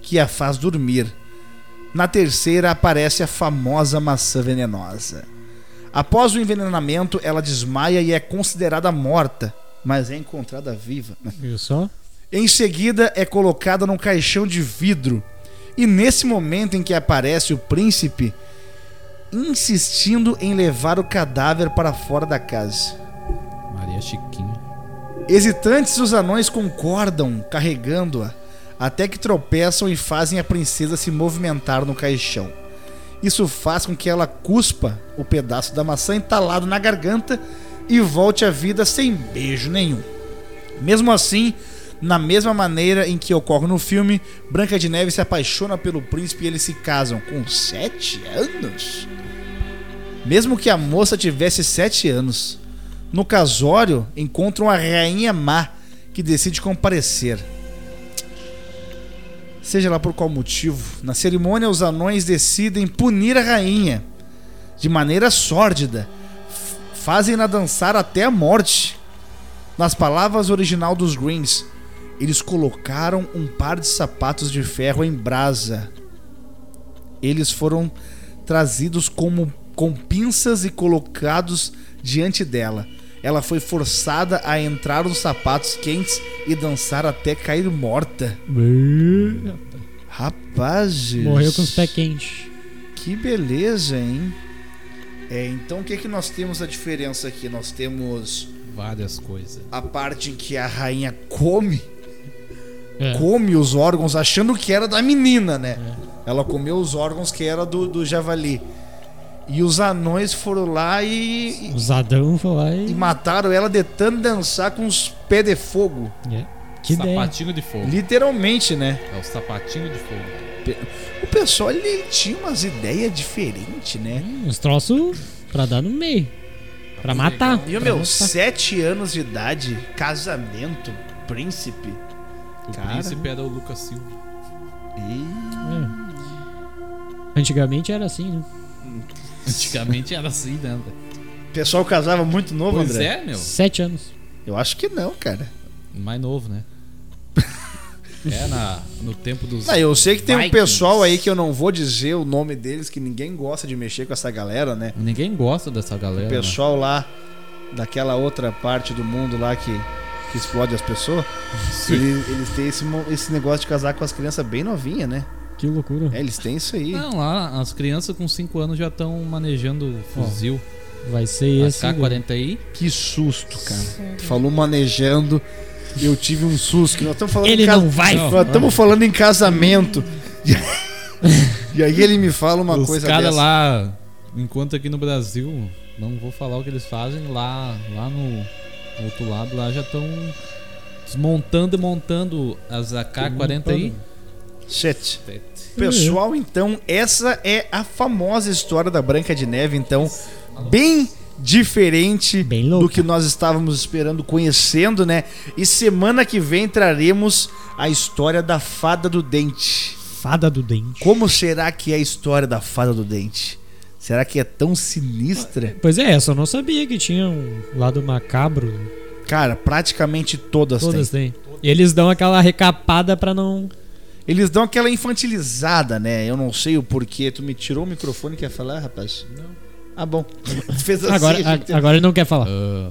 A: que a faz dormir. Na terceira, aparece a famosa maçã venenosa. Após o envenenamento, ela desmaia e é considerada morta, mas é encontrada viva.
B: Viu só?
A: Em seguida, é colocada num caixão de vidro. E nesse momento em que aparece o príncipe, insistindo em levar o cadáver para fora da casa.
C: Maria Chiquinha.
A: Hesitantes, os anões concordam, carregando-a, até que tropeçam e fazem a princesa se movimentar no caixão. Isso faz com que ela cuspa o pedaço da maçã entalado na garganta e volte à vida sem beijo nenhum. Mesmo assim, na mesma maneira em que ocorre no filme, Branca de Neve se apaixona pelo príncipe e eles se casam com 7 anos. Mesmo que a moça tivesse 7 anos, no casório encontram a rainha má que decide comparecer. Seja lá por qual motivo, na cerimônia os anões decidem punir a rainha de maneira sórdida. F- Fazem-na dançar até a morte. Nas palavras original dos Greens, eles colocaram um par de sapatos de ferro em brasa. Eles foram trazidos como com pinças e colocados diante dela. Ela foi forçada a entrar nos sapatos quentes e dançar até cair morta. Rapaz,
B: Morreu com os pés quentes.
A: que beleza, hein? É, então o que que nós temos a diferença aqui? Nós temos
C: Várias coisas.
A: a parte em que a rainha come,
B: É.
A: come os órgãos, achando que era da menina, né?
B: É.
A: Ela comeu os órgãos que era do, do javali. E os anões foram lá e,
B: Os Adão foi lá
A: e
B: e.
A: mataram ela de tanto dançar com os pés de fogo.
B: É. Que ideia.
C: sapatinho de fogo.
A: Literalmente, né?
C: É o sapatinho de fogo.
A: O pessoal ele tinha umas ideias diferentes, né?
B: Uns troços pra dar no meio. Pra matar.
A: E o
B: pra
A: meu,
B: mostrar.
A: sete anos de idade, casamento, príncipe.
C: O
A: Cara.
C: príncipe era o Lucas Silva.
A: E...
B: É. Antigamente era assim, né?
C: Antigamente era assim, né? André?
A: O pessoal casava muito novo,
C: Pois
A: André?
C: é, meu.
B: Sete anos.
A: Eu acho que não, cara.
C: Mais novo, né? É na, no tempo dos.
A: Ah, eu sei que tem um
C: Vikings.
A: pessoal aí que eu não vou dizer o nome deles, que ninguém gosta de mexer com essa galera, né?
C: Ninguém gosta dessa galera.
A: O
C: né?
A: pessoal lá daquela outra parte do mundo lá que, que explode as pessoas, eles, eles têm esse, mo- esse negócio de casar com as crianças bem novinhas, né?
B: Que loucura.
A: É, eles têm isso aí.
C: Não, lá as crianças com 5 anos já estão manejando fuzil.
B: É. Vai ser esse.
C: AK-40i.
A: Que susto, cara. Tu falou manejando. Eu tive um susto. que Nós estamos falando
B: Ele
A: em casa-
B: não vai.
C: Não.
A: Nós estamos falando em casamento. E aí ele me fala uma
C: Os
A: coisa
C: caras
A: dessa.
C: lá, enquanto aqui no Brasil, não vou falar o que eles fazem, lá, lá no, no outro lado, lá já estão desmontando e montando as AK-40i.
A: Shit. Pessoal, então, essa é a famosa história da Branca de Neve, então, bem diferente
B: Bem
A: do
B: louca.
A: que nós estávamos esperando, conhecendo, né? E semana que vem traremos a história da Fada do Dente.
B: Fada do dente.
A: Como será que é a história da Fada do Dente? Será que é tão sinistra?
B: Pois é, eu só não sabia que tinha um lado macabro.
A: Cara, praticamente todas,
B: Todas
A: têm.
B: têm. E eles dão aquela recapada pra não.
A: Eles dão aquela infantilizada, né? Eu não sei o porquê. Tu me tirou o microfone, quer falar, rapaz? Não. Ah, bom. Fez assim,
B: Agora,
A: a gente
B: a- agora ele não quer falar.
C: Ah,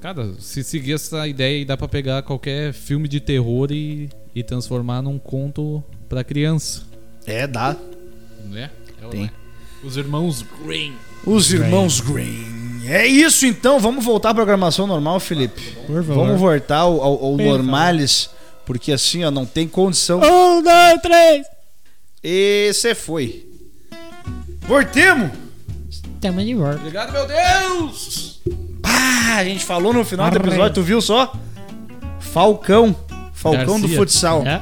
C: cara, se seguir essa ideia aí, dá pra pegar qualquer filme de terror e, e transformar num conto pra criança.
A: É, dá.
C: Né? É ou
A: Tem.
C: não é? Os irmãos Green.
A: Os irmãos Green. É isso então, vamos voltar à programação normal, Felipe.
B: Por favor.
A: Vamos voltar ao, ao, ao
B: Bem,
A: normales, porque assim, ó, não tem condição.
B: Um, dois, três!
A: E você foi. Voltemos!
B: Tamo de volta.
C: Obrigado, meu Deus!
A: Ah, a gente falou no final do episódio, tu viu só? Falcão. Falcão do
C: Garcia.
A: futsal.
B: É?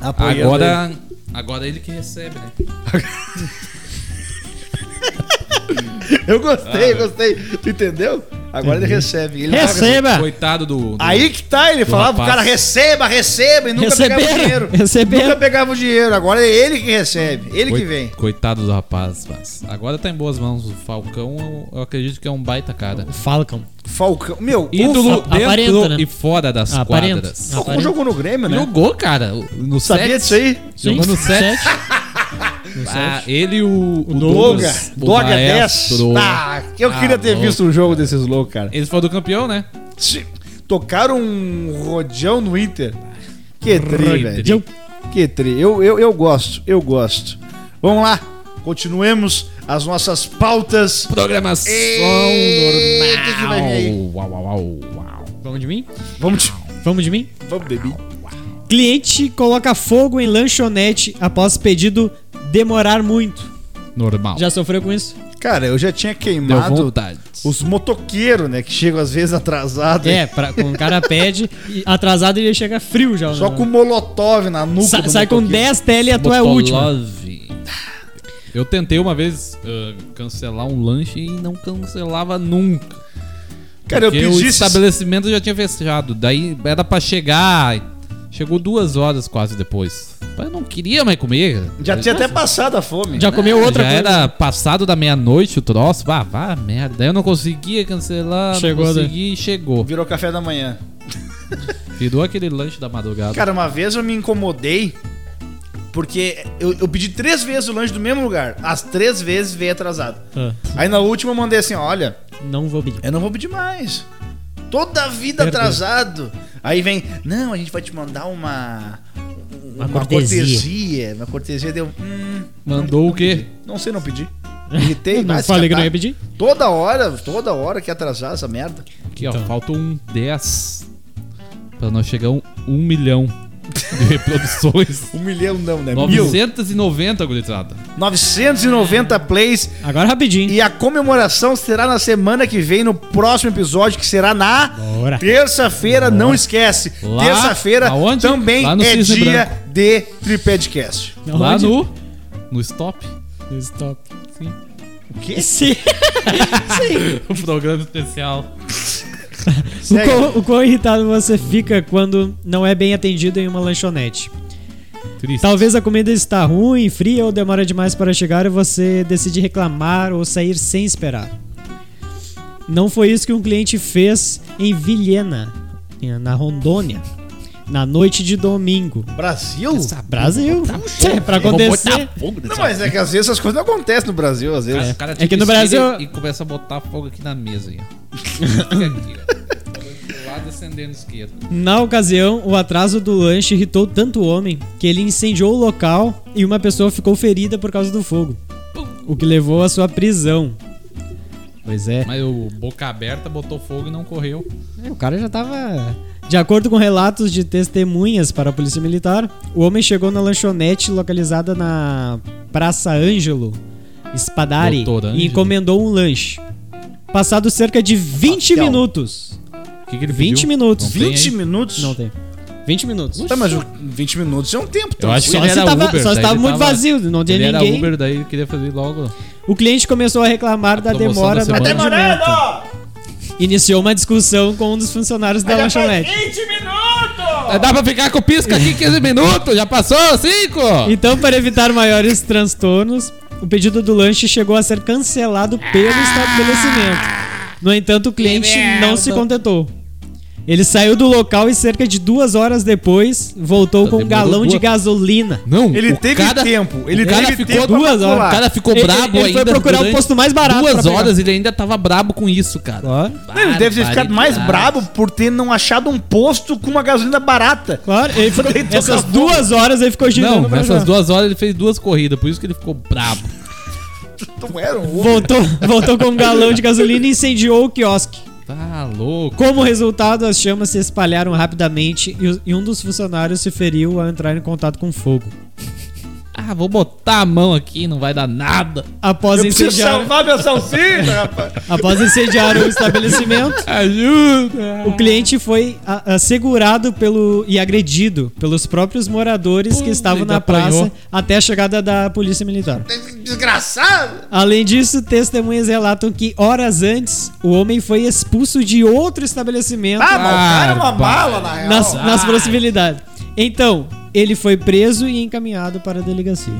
A: Apoiando aí.
C: Agora, agora ele que recebe, né?
A: Eu gostei, gostei. Tu entendeu? Agora ele recebe. Ele
B: Receba!
C: Coitado do. do-
A: Aí que tá, ele falava pro
C: rapaz.
A: cara, receba, receba, e nunca pegava
B: Receberam,
A: o dinheiro.
B: receberam.
A: Nunca pegava o dinheiro, agora é ele que recebe, ele
C: Coi-
A: que vem.
C: Coitado do rapaz, mas agora tá em boas mãos. O Falcão, eu- eu acredito que é um baita cara.
B: Falcon.
A: Falcão, meu,
C: Ídolo
B: Ap-
C: dentro
B: aparenta, né?
C: e fora das
B: Aparenta.
C: quadras.
A: o Falcão
B: Aparenta.
A: jogou no Grêmio, né?
C: Jogou, cara. No
A: Sabia
C: set.
A: disso aí?
C: Jogou no set.
B: No set.
C: Ah, ele e o, o
A: Doga,
C: Douglas, o
A: Doga é 10.
C: maestro.
A: Ah, eu
C: Ah,
A: queria ter
C: louco.
A: visto um jogo desses loucos, cara.
C: Eles foram do campeão, né?
A: Se- Tocaram um rodeão no Inter. Que tri,
C: Rodeão.
A: velho. Que tri. Eu, eu, eu gosto, eu gosto. Vamos lá, continuemos as nossas pautas.
C: Programação
A: Ei,
C: normal.
A: que que vai vir aí?
C: Uau, uau, uau, uau.
B: Vamos de mim?
A: Vamos, de-
B: Vamos de mim?
A: vamos beber.
B: Cliente coloca fogo em lanchonete após pedido demorar muito.
C: Normal.
B: Já sofreu com isso?
A: Cara, eu já tinha
C: Deu
A: queimado
C: vontade.
A: os motoqueiros, né? Que chegam às vezes atrasados.
B: É, pra, quando o cara pede, e atrasado ele chega frio já.
A: Só
B: né?
A: com molotov na nuca.
B: Sa-
A: do
B: sai com
A: motoqueiro.
B: 10 tele e a tua é a última.
C: Botolove. Eu tentei uma vez ah, cancelar um lanche e não cancelava nunca.
A: Cara, eu
C: Porque o
A: pedi esses-
C: estabelecimento já tinha fechado. Daí era pra chegar. Chegou duas horas quase depois. Mas Eu não queria mais comer.
A: Já tinha até passado a fome.
B: é
A: né?
B: Já comeu outra
C: já
B: coisa.
C: era passado da meia-noite o troço. Ah, vá, merda. Daí eu não conseguia cancelar.
B: Chegou,
C: não
B: né?
C: consegui, chegou.
A: Virou café da manhã.
C: Virou aquele lanche da madrugada.
A: Cara, uma vez eu me incomodei porque eu, eu pedi três vezes o lanche do mesmo lugar. As três vezes veio atrasado.
B: Ah,
A: Aí na última eu mandei assim: olha,
B: não vou pedir.
A: eu não vou pedir mais. Toda a vida
B: Perdeu.
A: atrasado. Aí vem, não, a gente vai te mandar uma. Uma,
B: cortesia."
A: cortesia. Uma cortesia deu. Hum,
C: Mandou o quê?
A: não sei, não pedi. Irritei,
B: não
A: vai se
B: falei que não
A: catar.
B: ia pedir.
A: Toda hora, toda hora que atrasar essa merda.
C: Aqui, ó.
B: Então.
C: Faltam um 10. Pra nós chegar a um, um milhão de reproduções.
A: Um milhão não,
C: É
A: né? Mil.
C: 990, gurizada.
A: 990 plays.
B: Agora rapidinho.
A: E a comemoração será na semana que vem, no próximo episódio, que será na
B: Bora.
A: terça-feira. Não esquece.
C: Lá-
A: Terça-feira
C: aonde?
A: também
C: Lá no
A: é
C: Cisne
A: dia de Tripedcast.
C: Lá
B: Aonde?
C: no. No stop.
B: Stop. Sim.
A: O quê?
B: Sim.
C: o Um programa especial.
B: O
A: Segue.
B: quão, o quão irritado você fica quando não é bem atendido em uma lanchonete?
C: Triste.
B: Talvez a comida está ruim, fria ou demora demais para chegar e você decide reclamar ou sair sem esperar. Não foi isso que um cliente fez em Vilhena, na Rondônia, na noite de domingo.
A: Brasil?
B: Brasil, é, pra acontecer.
A: Não, mas é que às vezes essas coisas não acontecem no Brasil, às vezes.
C: cara
B: É que no Brasil-
C: E começa a botar fogo aqui na mesa aí, ó. Fica aqui, ó. Do lado acendendo esquerdo.
B: Na ocasião, o atraso do lanche irritou tanto o homem que ele incendiou o local e uma pessoa ficou ferida por causa do fogo, o que levou à sua prisão. Pois é.
C: Mas o boca aberta botou fogo e não correu.
B: É, O cara já tava. De acordo com relatos de testemunhas para a Polícia Militar, o homem chegou na lanchonete localizada na Praça Ângelo Spadari
C: Doutor Ângelo.
B: e encomendou um lanche. Passado cerca de 20
A: Pastel.
B: minutos.
C: O que, que ele
B: 20
C: pediu?
B: minutos.
C: Não tem
A: 20
C: aí?
A: minutos?
B: Não tem. 20 minutos.
A: Tá, mas 20 minutos é um tempo.
C: Eu acho que
B: Só
C: ele
B: se
C: era
B: tava-
C: Uber.
B: só se
C: daí
B: tava
C: ele
B: muito vazio, não tinha
C: ele
B: ninguém.
C: Era Uber, daí ele queria fazer logo.
B: O cliente começou a reclamar da
C: promoção
B: demora
C: da
B: no
C: semana. Tá
B: atendimento. Iniciou uma discussão com um dos funcionários
C: é
B: da lanchonete.
C: Dá pra ficar com o pisca aqui 15 minutos? Já passou 5?
B: Então, para evitar maiores transtornos, o pedido do lanche chegou a ser cancelado pelo estabelecimento. No entanto, o cliente não se contentou. Ele saiu do local e cerca de duas horas depois voltou
C: Tá,
B: com um
C: demorou
B: galão de
C: duas-
B: gasolina.
C: Não,
A: Ele
C: o
A: teve
C: cara-
A: tempo. Ele
C: o cara
A: teve
C: ficou
A: tempo
B: duas
A: pra
B: horas.
A: calcular.
C: O cara ficou
B: Ele-
C: brabo
B: ele foi
C: ainda
B: procurar o
C: durante
B: posto mais barato
C: Duas
B: pra pegar.
C: horas ele ainda tava brabo com isso, cara.
B: Claro.
A: Não, Ele deve ter ficado mais
C: Barbaridade.
A: brabo por ter não achado um posto com uma gasolina barata.
B: Claro, ele ficou-
A: Ele tocou
B: essas
A: fogo.
B: duas horas ele ficou girando.
C: Não,
B: pra
C: nessas
B: jogar.
C: duas horas ele fez duas corridas, por isso que ele ficou brabo.
A: Não era um ovo.
B: Voltou, voltou com um galão de gasolina e incendiou o quiosque.
C: Tá louco.
B: Como resultado, as chamas se espalharam rapidamente e, o- e um dos funcionários se feriu ao entrar em contato com o fogo.
C: Ah, vou botar a mão aqui, não vai dar nada.
B: Após
A: Eu preciso
B: incendiar,
A: salvar meu salsicha, rapaz.
B: após incendiar o estabelecimento,
C: Ajuda!
B: o cliente foi a- assegurado pelo e agredido pelos próprios moradores que
C: Pô,
B: estavam
C: ele
B: na
C: apanhou.
B: praça até a chegada da polícia militar.
A: Desgraçado.
B: Além disso, testemunhas relatam que horas antes o homem foi expulso de outro estabelecimento
A: Ah, mas o cara é uma
C: Barba.
A: bala, na real.
B: nas, nas proximidades. Então, ele foi preso e encaminhado para a delegacia.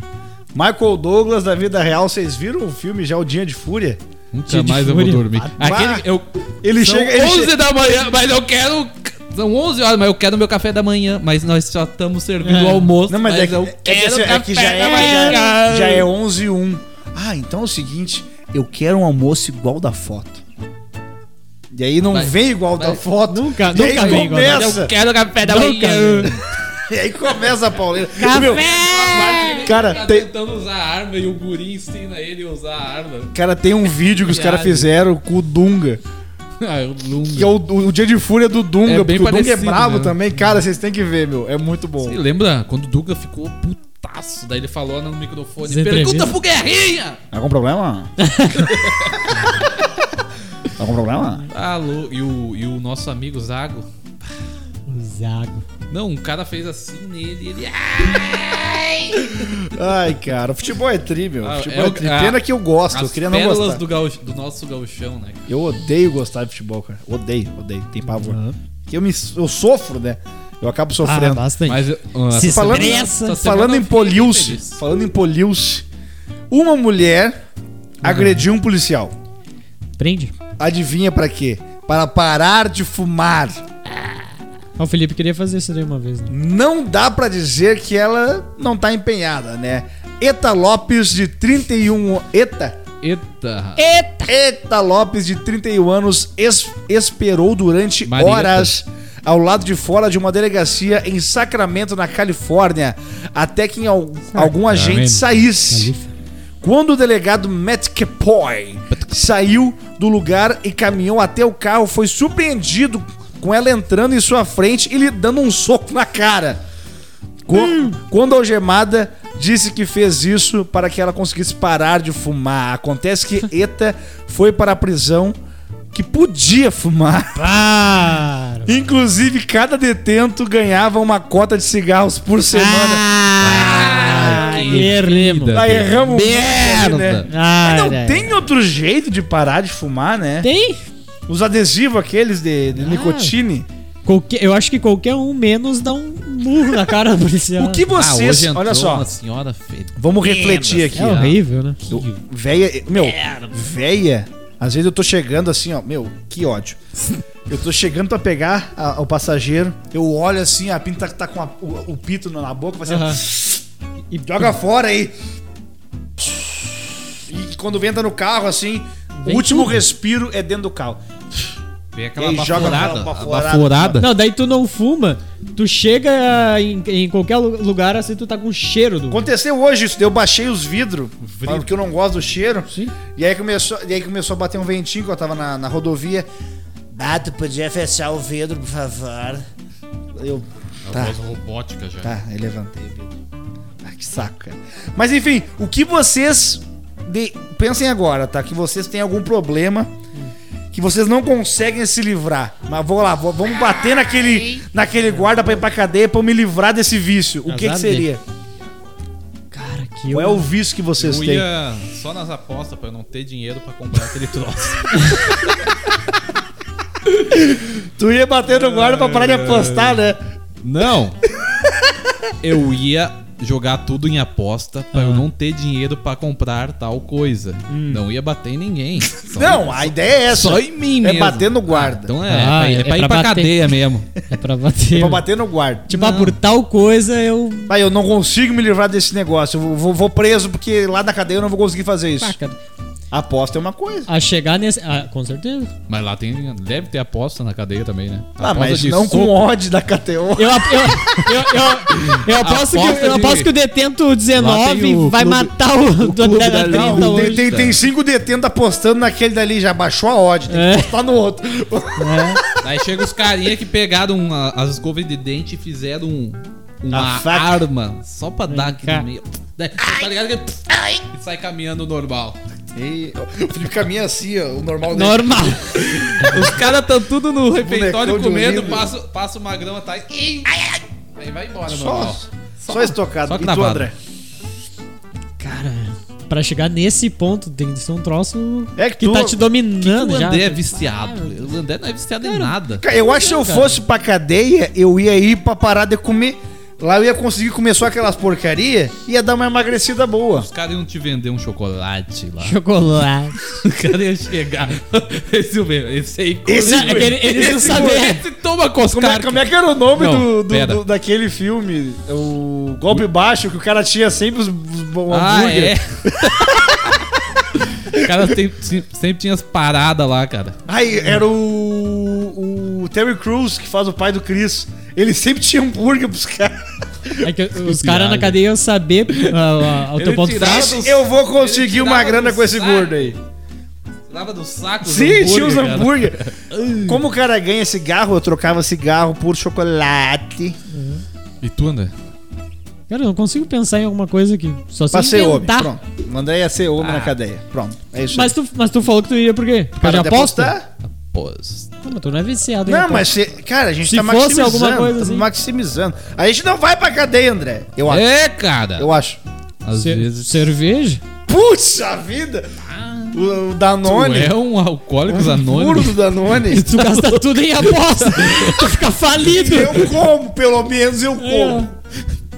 A: Michael Douglas da vida real, vocês viram o filme já, O Dia de Fúria?
C: Nunca
B: Dia de
C: mais eu vou
B: fúria.
C: dormir. Aquele, eu,
A: Ele
C: são
A: chega. Ele
C: 11
A: chega-
C: da manhã, mas eu quero. São 11 horas, mas eu quero meu café da manhã. Mas nós só estamos servindo o almoço.
A: Não, mas, é, que-
C: eu
A: é que
C: quero
A: assim, é que já
C: café da
A: é,
C: manhã,
A: já,
C: cara.
A: já é 11 e 1. Ah, então é o seguinte, eu quero um almoço igual da foto. E aí não
C: Vai.
A: vem igual da
C: Vai.
A: foto.
B: Nunca-
A: e aí
B: nunca vem igual da-
A: começa.
C: Eu quero café
A: Tá
C: da
B: Nunca
C: manhã.
A: E aí começa a pauleira.
B: Café!
A: Meu, Cara,
C: Tá
A: tem-
C: tentando usar a arma e o guri ensina ele a usar a arma.
A: cara, tem um vídeo que os caras fizeram com o Dunga.
C: Ah, eu
A: Que é o, o dia de fúria do Dunga,
C: É bem
A: porque o Dunga é
C: parecido,
A: bravo
C: né?
A: também. Cara, vocês têm que ver, meu. É muito bom.
C: Você lembra quando o Duga ficou putaço? Daí ele falou "Ah, no microfone:
B: Zé
C: Pergunta
B: Treviso.
C: pro Guerrinha!
A: Algum problema? Algum problema?
C: Alô, e o, e o nosso amigo Zago?
B: O Zago.
C: Não, um cara fez assim nele e ele. Ah,
A: Ai, cara, o futebol é tri, meu.
C: Ah,
A: futebol
C: é
A: é,
C: o-
A: tri.
C: ah,
A: Pena que eu gosto, eu
C: as
A: queria não
C: pérolas
A: gostar.
C: do, gaúcho- do nosso gauchão, né?
A: Eu odeio gostar de futebol, cara. Odeio, odeio. Tem pavor. Que eu, me, eu sofro, né? Eu acabo
B: Ah,
A: sofrendo.
B: bastante.
C: Mas eu- ah,
B: Se
C: essa-
A: falando,
B: estressa.
A: falando
C: Semana eu
A: em
C: fiquei
A: poliu-se,
C: feliz.
A: falando em poliu-se, uma mulher agrediu um policial.
B: Prende.
A: Adivinha pra quê? Para parar de fumar.
B: Ah, o Felipe queria fazer isso daí uma vez. Né?
A: Não dá pra dizer que ela não tá empenhada, né? Eta Lopes de 31, eta
C: Eita!
A: Eta Lopes, de 31 anos, es- esperou durante
C: Marieta.
A: horas ao lado de fora de uma delegacia em Sacramento, na Califórnia, até que em al- algum agente saísse. Quando o delegado Matt Kepoy saiu do lugar e caminhou até o carro, foi surpreendido com ela entrando em sua frente e lhe dando um soco na cara. Qu- Quando algemada, disse que fez isso para que ela conseguisse parar de fumar. Acontece que Eta foi para a prisão que podia fumar.
B: Para!
A: Inclusive, cada detento ganhava uma cota de cigarros por semana.
B: Ah,
C: que
B: erremos.
C: vida.
A: Tá erramos muito
C: Merda!
A: aqui, né?
B: Ah,
A: Mas não
B: é.
A: tem outro jeito de parar de fumar, né?
B: Tem?
A: Os adesivos aqueles de,
C: Ah.
A: de nicotine.
B: Qualquer, eu acho que qualquer um menos dá um murro na cara do policial.
A: O que
C: Ah, hoje
A: vocês...
C: entrou
A: olha só,
C: uma senhora fedida.
A: vamos refletir aqui.
B: É horrível, né?
A: Véia, meu, véia. Às vezes eu tô chegando assim, ó, meu, que ódio. Eu tô chegando pra pegar a- o passageiro, eu olho assim, a pinta tá com a- o, o pito na boca, vai
B: Aham.
A: e joga fora aí. E quando entra no carro assim, o
B: Vem
A: último
B: tudo.
A: respiro é dentro do carro.
C: Vem
A: E
C: aquela
A: aí joga
C: baforada.
A: aquela
C: a
A: baforada.
C: baforada.
B: Não, daí tu não fuma, tu chega ah, em, em qualquer lu- lugar assim, tu tá com cheiro do.
A: Aconteceu hoje isso, daí eu baixei os vidros, porque eu não gosto do cheiro.
B: Sim.
A: E aí começou, e aí começou a bater um ventinho que eu tava na, na rodovia. Ah, tu podia fechar o vidro, por favor. Eu.
C: A
A: Tá,
C: voz robótica já.
A: tá, aí levantei o vidro. Ah, que saco, cara. Mas enfim, o que vocês. de- Pensem agora, tá? Que vocês têm algum problema. Que vocês não conseguem se livrar. Mas vou lá, vou- vamos bater naquele, naquele guarda pra ir pra cadeia pra eu me livrar desse vício. O que, que
B: Azar
A: seria?
B: Cara, que
A: Qual é o vício que vocês
C: Eu
A: têm?
C: ia só nas apostas pra eu não ter dinheiro pra comprar aquele troço.
A: Tu ia bater no guarda pra parar de apostar, né?
C: Não! Eu ia jogar tudo em aposta pra eu não ter dinheiro pra comprar tal coisa. Não ia bater em ninguém. Só
A: Não, a ideia é essa.
C: Só em mim
A: É
C: mesmo.
A: bater no guarda.
C: Então é,
B: Ah,
C: é, pra, é
B: é
C: pra ir
B: pra
C: pra
B: bater.
C: cadeia mesmo.
B: É pra bater.
A: Pra bater no guarda.
B: Tipo, ah, por tal coisa eu.
A: Mas eu não consigo me livrar desse negócio. Eu vou, vou preso porque lá na cadeia eu não vou conseguir fazer isso.
B: Ah, cara,
A: Aposta é uma coisa.
B: A chegar nesse. Ah, com certeza.
C: Mas lá tem, deve ter aposta na cadeia também, né?
A: Ah,
C: Aposta
A: mas
C: de
A: não com
C: soco.
A: ódio da KTO.
B: Eu, ap- eu, eu, eu, eu aposto que,
C: Aposta
B: eu
C: de-
B: aposto que o detento
C: Lá
B: 19
C: tem o
B: vai
C: clube-
B: matar o, do
C: clube
B: da
C: da
B: 30
C: Liga.
A: Tem,
B: hoje.
A: tem, tem cinco detentos apostando naquele dali, já baixou a ódio. Tem
B: É.
A: que apostar no outro.
C: Aí chega os carinha que pegaram uma- as escovas de dente e fizeram um- uma
A: A faca.
C: arma só pra dar aqui
B: cá.
C: no meio. Daí, tá ligado que ele, e sai caminhando normal.
A: E o Felipe caminha assim, ó, o normal dele.
B: Normal.
C: Os caras tão tudo no refeitório
A: de
C: comendo,
A: horrível.
C: passa, passa o magrão atrás. Ih, ai, ai. Aí vai embora,
A: Só,
C: normal.
A: só, estocado.
C: só
A: e tu,
C: cravado.
A: André?
B: Cara, pra chegar nesse ponto tem que ser um troço
A: É que tu-
B: tá te dominando
C: O
B: já.
C: André é viciado. O André não é viciado em nada.
A: Cara, eu acho que se eu fosse pra cadeia, eu ia ir pra parar de comer. Lá eu ia conseguir comer só aquelas porcaria ia dar uma emagrecida boa.
C: Os caras iam te vender um chocolate lá.
B: Chocolate.
C: O cara ia chegar. Esse, mesmo, esse aí.
A: Esse
B: Não, é que ele- eles não sabiam.
C: Esse toma
A: Como é,
C: coscar.
A: como é que era o nome
C: Não,
A: do, do-
C: pera.
A: do- daquele filme? O Golpe Baixo, que o cara tinha sempre os, os bom
C: Ah,
A: hambúrguer.
C: é. O cara sempre, sempre tinha as paradas lá, cara.
A: Ai, era o, o Terry Crews, que faz o pai do Chris. Ele sempre tinha hambúrguer pros caras.
B: É que os caras na
C: viagem.
B: cadeia iam saber ah, ah, o teu
C: Ele
B: ponto
C: tirava
B: fraco.
C: dos-
A: Eu vou conseguir
C: ele
A: uma
C: tirava
A: grana
C: do
A: com esse
C: saco.
A: gordo aí.
C: Lava do saco. os
A: Sim, tinha os
C: cara.
A: hambúrguer. Como o cara ganha cigarro, eu trocava cigarro por chocolate.
C: E tu, André?
B: Cara, eu não consigo pensar em alguma coisa que só se
A: Pra ser homem.
B: inventar.
A: Pronto. O André ia ser homem
C: Ah.
A: na cadeia. Pronto. É isso.
B: Mas tu, mas tu falou que tu ia por quê? Por
A: Para
B: causa
A: de
B: de aposta?
A: apostar?
C: Após.
B: Não, mas tu não é viciado em
A: Não,
B: aposta.
A: mas se- cara, a gente
B: Se
A: tá
B: fosse
A: maximizando.
B: alguma coisa
A: tá
B: assim.
A: maximizando. A gente não vai pra cadeia, André. Eu acho.
C: É, cara.
A: Eu acho.
C: Às
B: Ce-
C: vezes.
B: Cerveja?
A: Puxa vida! O, o
C: Tu
A: Danone.
C: é um alcoólico
A: Puro
C: anônimo.
A: do Danone.
B: E tu gasta tudo em aposta. tu fica falido.
A: eu como, pelo menos
B: É.
A: eu como.
C: É.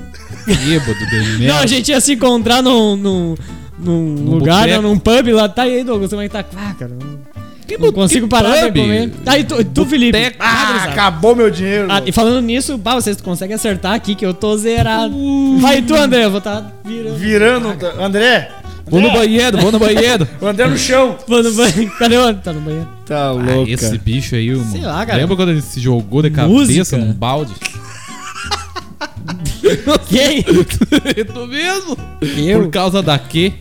C: Bêbado, de merda.
B: Não, a gente ia se encontrar num, num, num lugar, né,
C: boteco.
B: num pub lá. Tá e aí, Douglas, como é que tá? Ah, cara, não, não consigo parar pra comer. Tá, e tu, e tu Felipe?
C: Boteco.
A: Ah,
B: gurizada.
A: acabou meu dinheiro.
B: Ah, e falando nisso, bah, vocês conseguem acertar aqui que eu tô zerado.
C: Uh.
B: Vai e tu, André, eu vou tá virando.
A: Virando. André!
C: Vou no banheiro, vou no banheiro.
A: O André no chão.
B: Vou no banheiro. Cadê o André? Tá no banheiro.
A: Tá
C: Ah,
A: louco.
C: esse bicho aí, mano.
B: Sei lá, cara.
C: Lembra quando ele se jogou de cabeça
B: Música.
C: num balde?
B: Quem?
C: tu mesmo?
B: Eu?
C: Por causa da quê?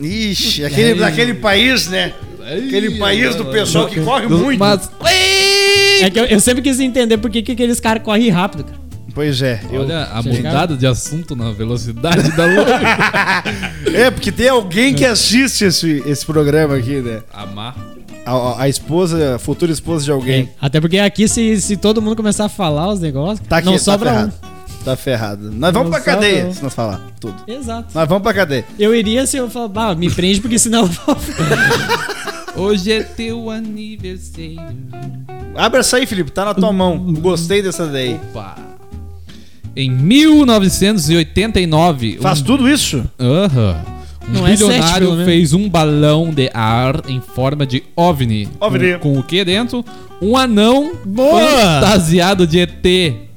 A: Ixi, aquele, daquele país, né? Aquele país do pessoal que corre muito.
C: Mas.
B: É que eu, eu sempre quis entender por que que aqueles caras correm rápido, cara.
A: Pois é. eu-
C: Olha a
B: Vocês
C: mudada de assunto na velocidade da luz.
A: É, porque tem alguém que assiste esse, esse programa aqui, né?
C: Amar.
A: A, a esposa, a futura esposa de alguém.
B: É. Até porque aqui, se, se todo mundo começar a falar os negócios,
A: Tá aqui,
B: não
A: tá
B: sobra um.
A: ferrado. Tá ferrado. Nós vamos pra
B: Não
A: cadeia,
B: sobra um.
A: se não falar tudo.
B: um. Exato.
A: Nós vamos pra cadeia.
B: Eu iria se eu falar, bah, me prende porque senão eu vou.
C: Hoje é teu aniversário.
A: Abre essa aí, Felipe, tá na tua mão. Gostei dessa daí.
C: Opa. Em 1989, um
B: Hum.
A: Faz tudo isso?
C: Aham. Um
B: Não é sete,
C: bilionário
B: pelo menos.
C: fez um balão de ar em forma de OVNI.
A: OVNI.
C: Com, com o que dentro? Um anão
B: Boa!
C: fantasiado de ET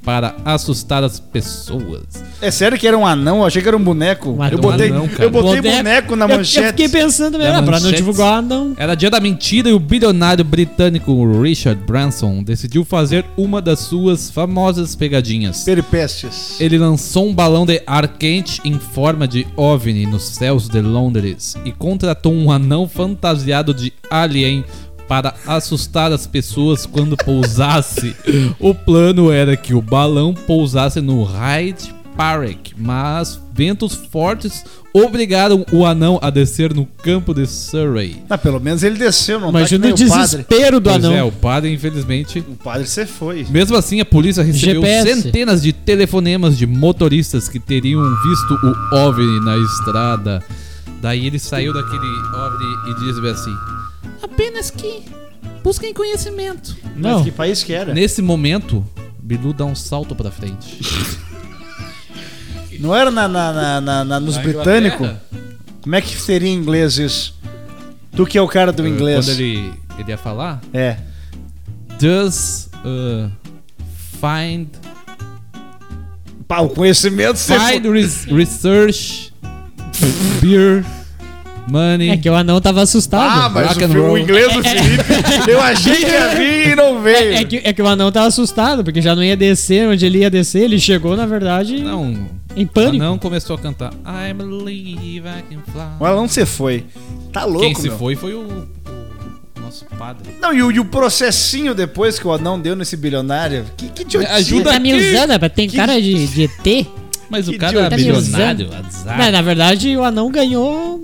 C: para assustar as pessoas.
A: É sério que era um anão? Eu achei que era um boneco.
B: Um
A: eu
B: anão,
A: botei,
C: anão, cara.
A: eu botei
B: Boneco.
A: boneco na
B: Eu-
A: manchete.
B: Eu, fiquei pensando
C: Na
B: mesmo, ah, pra não
C: manchete.
B: divulgar, não.
C: Era dia da mentira e o bilionário britânico Richard Branson decidiu fazer uma das suas famosas pegadinhas.
A: Peripécias.
C: Ele lançou um balão de ar quente em forma de OVNI nos céus de Londres e contratou um anão fantasiado de alien para assustar as pessoas quando pousasse. O plano era que o balão pousasse no Hyde Park, mas ventos fortes obrigaram o anão a descer no campo de Surrey.
A: Ah, pelo menos ele desceu, não
B: Imagina
A: tá
B: o
A: que nem o padre.
B: desespero do
C: Pois
B: anão.
C: é, o padre infelizmente
A: O padre você foi.
C: mesmo assim, a polícia recebeu
B: GPS.
C: centenas de telefonemas de motoristas que teriam visto o OVNI na estrada. Daí ele saiu daquele OVNI e disse assim: Apenas que busquem conhecimento.
B: Não.
A: Mas que país que era?
C: Nesse momento, Bilu dá um salto pra frente.
A: Não era na, na, na, na- na- nos
C: Na
A: britânicos?
C: Inglaterra,
A: Como é que seria em inglês isso? Tu que é o cara do inglês.
C: Quando ele, ele ia falar:
A: É.
C: Does uh, find,
A: Pá, o conhecimento você
C: find res- research, beer, money.
B: É que o anão tava
A: Ah,
B: assustado.
A: mas
C: Rock
A: o,
C: and
A: fi- o
C: roll.
A: inglês do Felipe. Eu achei que ia vir e não veio.
B: é, que, é que o anão tava assustado, porque já não ia descer onde ele ia descer. Ele chegou, na verdade,
C: Não,
B: em pânico.
C: Não começou a cantar I believe I can fly.
A: Mas onde você foi? Tá louco,
C: Quem se
A: meu.
C: foi foi o, o nosso padre.
A: Não, e o, e o processinho depois que o anão deu nesse bilionário? Que, que idiotice.
C: ajuda-
B: Tá me usando, rapaz, tem
A: que-
B: cara de, de ET.
C: Mas o
A: Que
C: cara
A: idiota.
C: é
B: Tá me
C: milionário,
B: usando.
C: azar.
B: Não, na verdade, o anão ganhou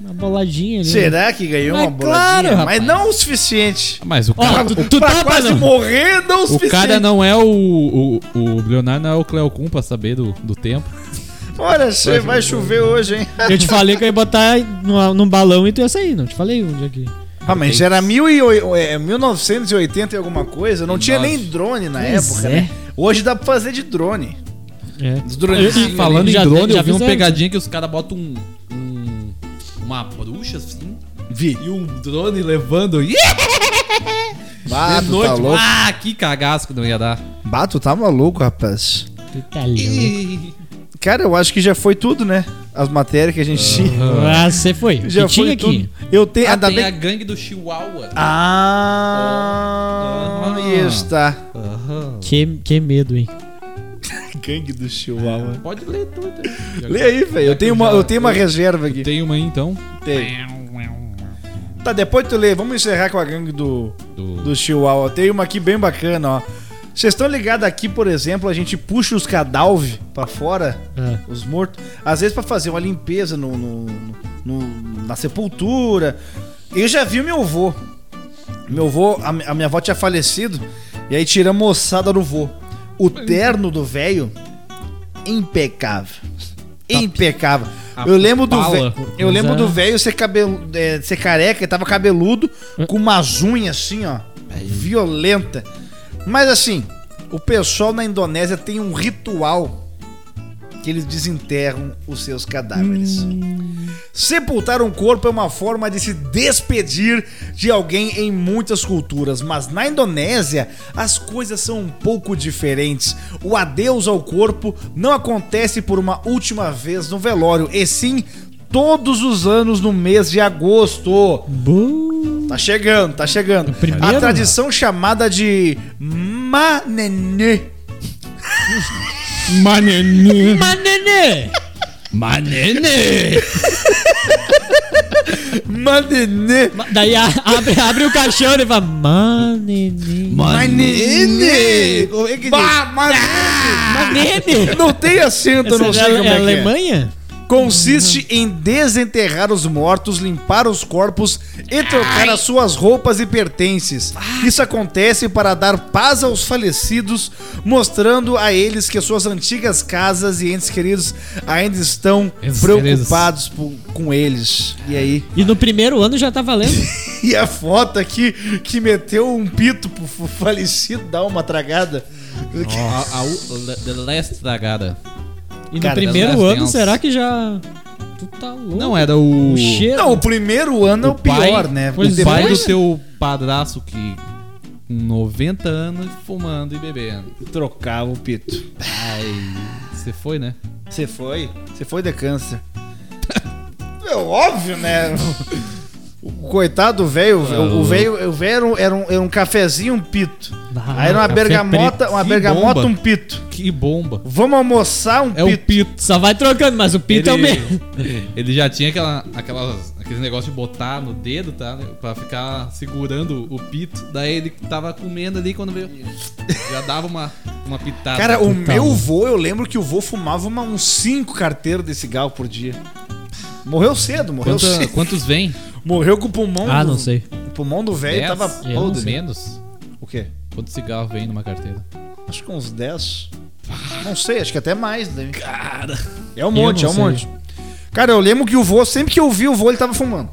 B: uma boladinha ali. né?
A: Será que ganhou
B: Mas
A: uma boladinha?
B: claro,
A: mas
B: rapaz.
A: não o suficiente.
C: Mas o
B: Ó,
C: cara,
B: tu, tu
A: pra
B: tá
A: quase
B: pra não.
A: morrer, não o
C: o
A: suficiente.
C: cara não é o, o, o Leonardo, não é o Cleocum pra saber do, do tempo.
A: Olha, che- vai chover hoje, hein?
B: Eu te falei que eu ia botar numa- num balão e tu ia sair, não te falei onde aqui.
A: Ah, mas era 1800, é, 1980 e alguma coisa. Não tinha
C: Nossa.
A: nem drone na
B: Pois
A: época,
B: é.
A: né? Hoje dá pra fazer de drone.
B: É.
A: Os
B: dronezinhos
C: Falando em
B: Já-
C: drone,
B: já
C: eu vi uma
B: fizeram.
C: pegadinha que os caras botam um, um- uma bruxa assim
A: Vi.
C: e um drone levando. Ih, de
A: Bato, tá
C: noite.
A: louco.
C: ah, que cagaço que não ia dar.
A: Bato, tá maluco, rapaz.
B: Tu tá louco.
A: Cara, eu acho que já foi tudo, né? As matérias que a gente tinha.
B: Ah, você foi. O
A: Já
B: que tinha
A: foi tudo.
B: aqui?
A: Eu tenho.
C: Ah,
A: ainda
C: tem
A: bem-
C: a gangue do Chihuahua.
A: Ah,
C: Ah.
A: aí está.
C: Aham.
B: Que, que medo, hein?
A: Gangue do Chihuahua.
C: Pode ler tudo.
A: Lê aí, velho. Eu tenho uma, eu tenho uma reserva aqui.
C: Tem uma aí então.
A: Tem. Tá, depois tu lê. Vamos encerrar com a gangue do,
C: Do...
A: do Chihuahua. Tem uma aqui bem bacana, ó. Vocês estão ligados aqui, por exemplo, a gente puxa os cadalve pra fora,
B: Ah.
A: os mortos, às vezes pra fazer uma limpeza no, no- no- na sepultura. Eu já vi o meu avô. Meu avô, a, mi- a minha avó tinha falecido, e aí tira a moçada do vô. O terno do velho, impecável. Impecável.
C: A
A: Eu lembro do
C: bala.
A: velho. Eu
B: Mas
A: lembro
B: é-
A: do velho ser, cabelo, é, ser careca, ele tava cabeludo,
B: Hum.
A: com umas unhas assim, ó. Violenta. Mas assim, o pessoal na Indonésia tem um ritual que eles desenterram os seus cadáveres.
B: Hum.
A: Sepultar um corpo é uma forma de se despedir de alguém em muitas culturas, mas na Indonésia as coisas são um pouco diferentes. O adeus ao corpo não acontece por uma última vez no velório, e sim todos os anos no mês de agosto.
B: Bu...
A: Tá chegando, tá chegando.
B: primeiro?
A: A tradição chamada de manenê.
C: Manene.
B: Manenê!
C: Manene.
A: Manenê.
B: Ma- Daí a- abre, abre o caixão e fala: Manenê.
A: Manenê. Como é que diz? Bah, manenê.
B: Manenê!
A: Não tem acento, eu não
B: Essa
A: sei
B: é,
A: como é que
B: é
A: é.
B: Alemanha?
A: Consiste em desenterrar os mortos, limpar os corpos e trocar as suas roupas e pertences. Isso acontece para dar paz aos falecidos, mostrando a eles que suas antigas casas e entes queridos ainda estão
C: Entes
A: preocupados po- com eles. E aí?
B: E no primeiro ano já tá valendo.
A: E a foto aqui que meteu um pito pro f- falecido dar uma tragada.
C: A, a, u- le- the Last Dragada.
B: E no
A: Cara,
B: primeiro
C: elas
B: ano,
C: têm uns-
B: será que já. Tu tá louco?
C: Não era o.
B: O cheiro.
A: Não, Uh, o primeiro ano é o
C: pai-
A: pior, né?
B: pois
C: O
A: Depois-
C: pai do teu padraço que. Com 90 anos fumando e bebendo.
A: trocava o pito.
C: Ai. Você foi, né?
A: Você foi? Você foi de câncer. é óbvio, né? O coitado do velho, o- o velho, o velho era um- era um, era um cafezinho, um pito.
B: Ah,
A: Aí era uma
B: café
A: bergamota, uma
C: Que
A: bergamota,
C: bomba.
A: um pito.
C: Que bomba.
A: Vamos almoçar um
C: É o
A: pito.
C: Pito.
B: Só vai trocando, mas o Pito é o mesmo.
C: ele já tinha aquela, aquelas, aquele negócio de botar no dedo, tá? né? Pra ficar segurando o pito. Daí ele tava comendo ali quando veio. Já dava uma, uma pitada.
A: Cara, o
B: Então.
A: meu vô, eu lembro que o vô fumava uma- uns 5 carteiros de cigarro por dia. Morreu cedo, morreu
C: Quanta-
A: cedo.
C: quantos vem?
A: Morreu com o pulmão
B: Ah,
A: do-
B: não sei.
A: O pulmão do velho
C: Dez?
A: tava
B: Eu não
A: podre.
B: sei.
C: Menos?
A: O quê?
C: Quanto cigarro vem numa carteira?
A: Acho que uns 10. Não sei, acho que até mais. Né? Cara. É um
B: não
A: monte, é um
B: sei.
A: monte. Cara, eu lembro que o vô, sempre que eu vi o vô, ele tava fumando.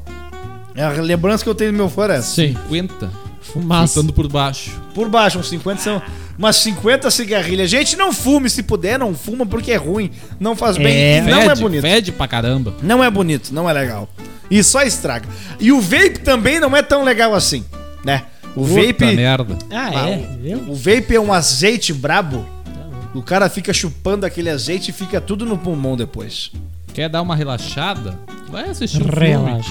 A: É a lembrança que eu tenho do meu vô era essa.
B: Sim.
C: 50.
B: Fumaça.
C: Passando por baixo.
A: Por baixo, uns 50 são. Umas 50 cigarrilhas. Gente, não fume, se puder, não fuma, porque é ruim. Não faz bem. e não é bonito.
C: Fede pra caramba.
A: Não é bonito, não é legal. E só estraga. E o vape também não é tão legal assim, né? O
C: Puta
A: vape.
C: merda.
B: Ah, é? Viu?
A: O vape é um azeite brabo. O cara fica chupando aquele azeite e fica tudo no pulmão depois.
C: Quer dar uma relaxada? Vai assistir um filme.
B: Relaxa.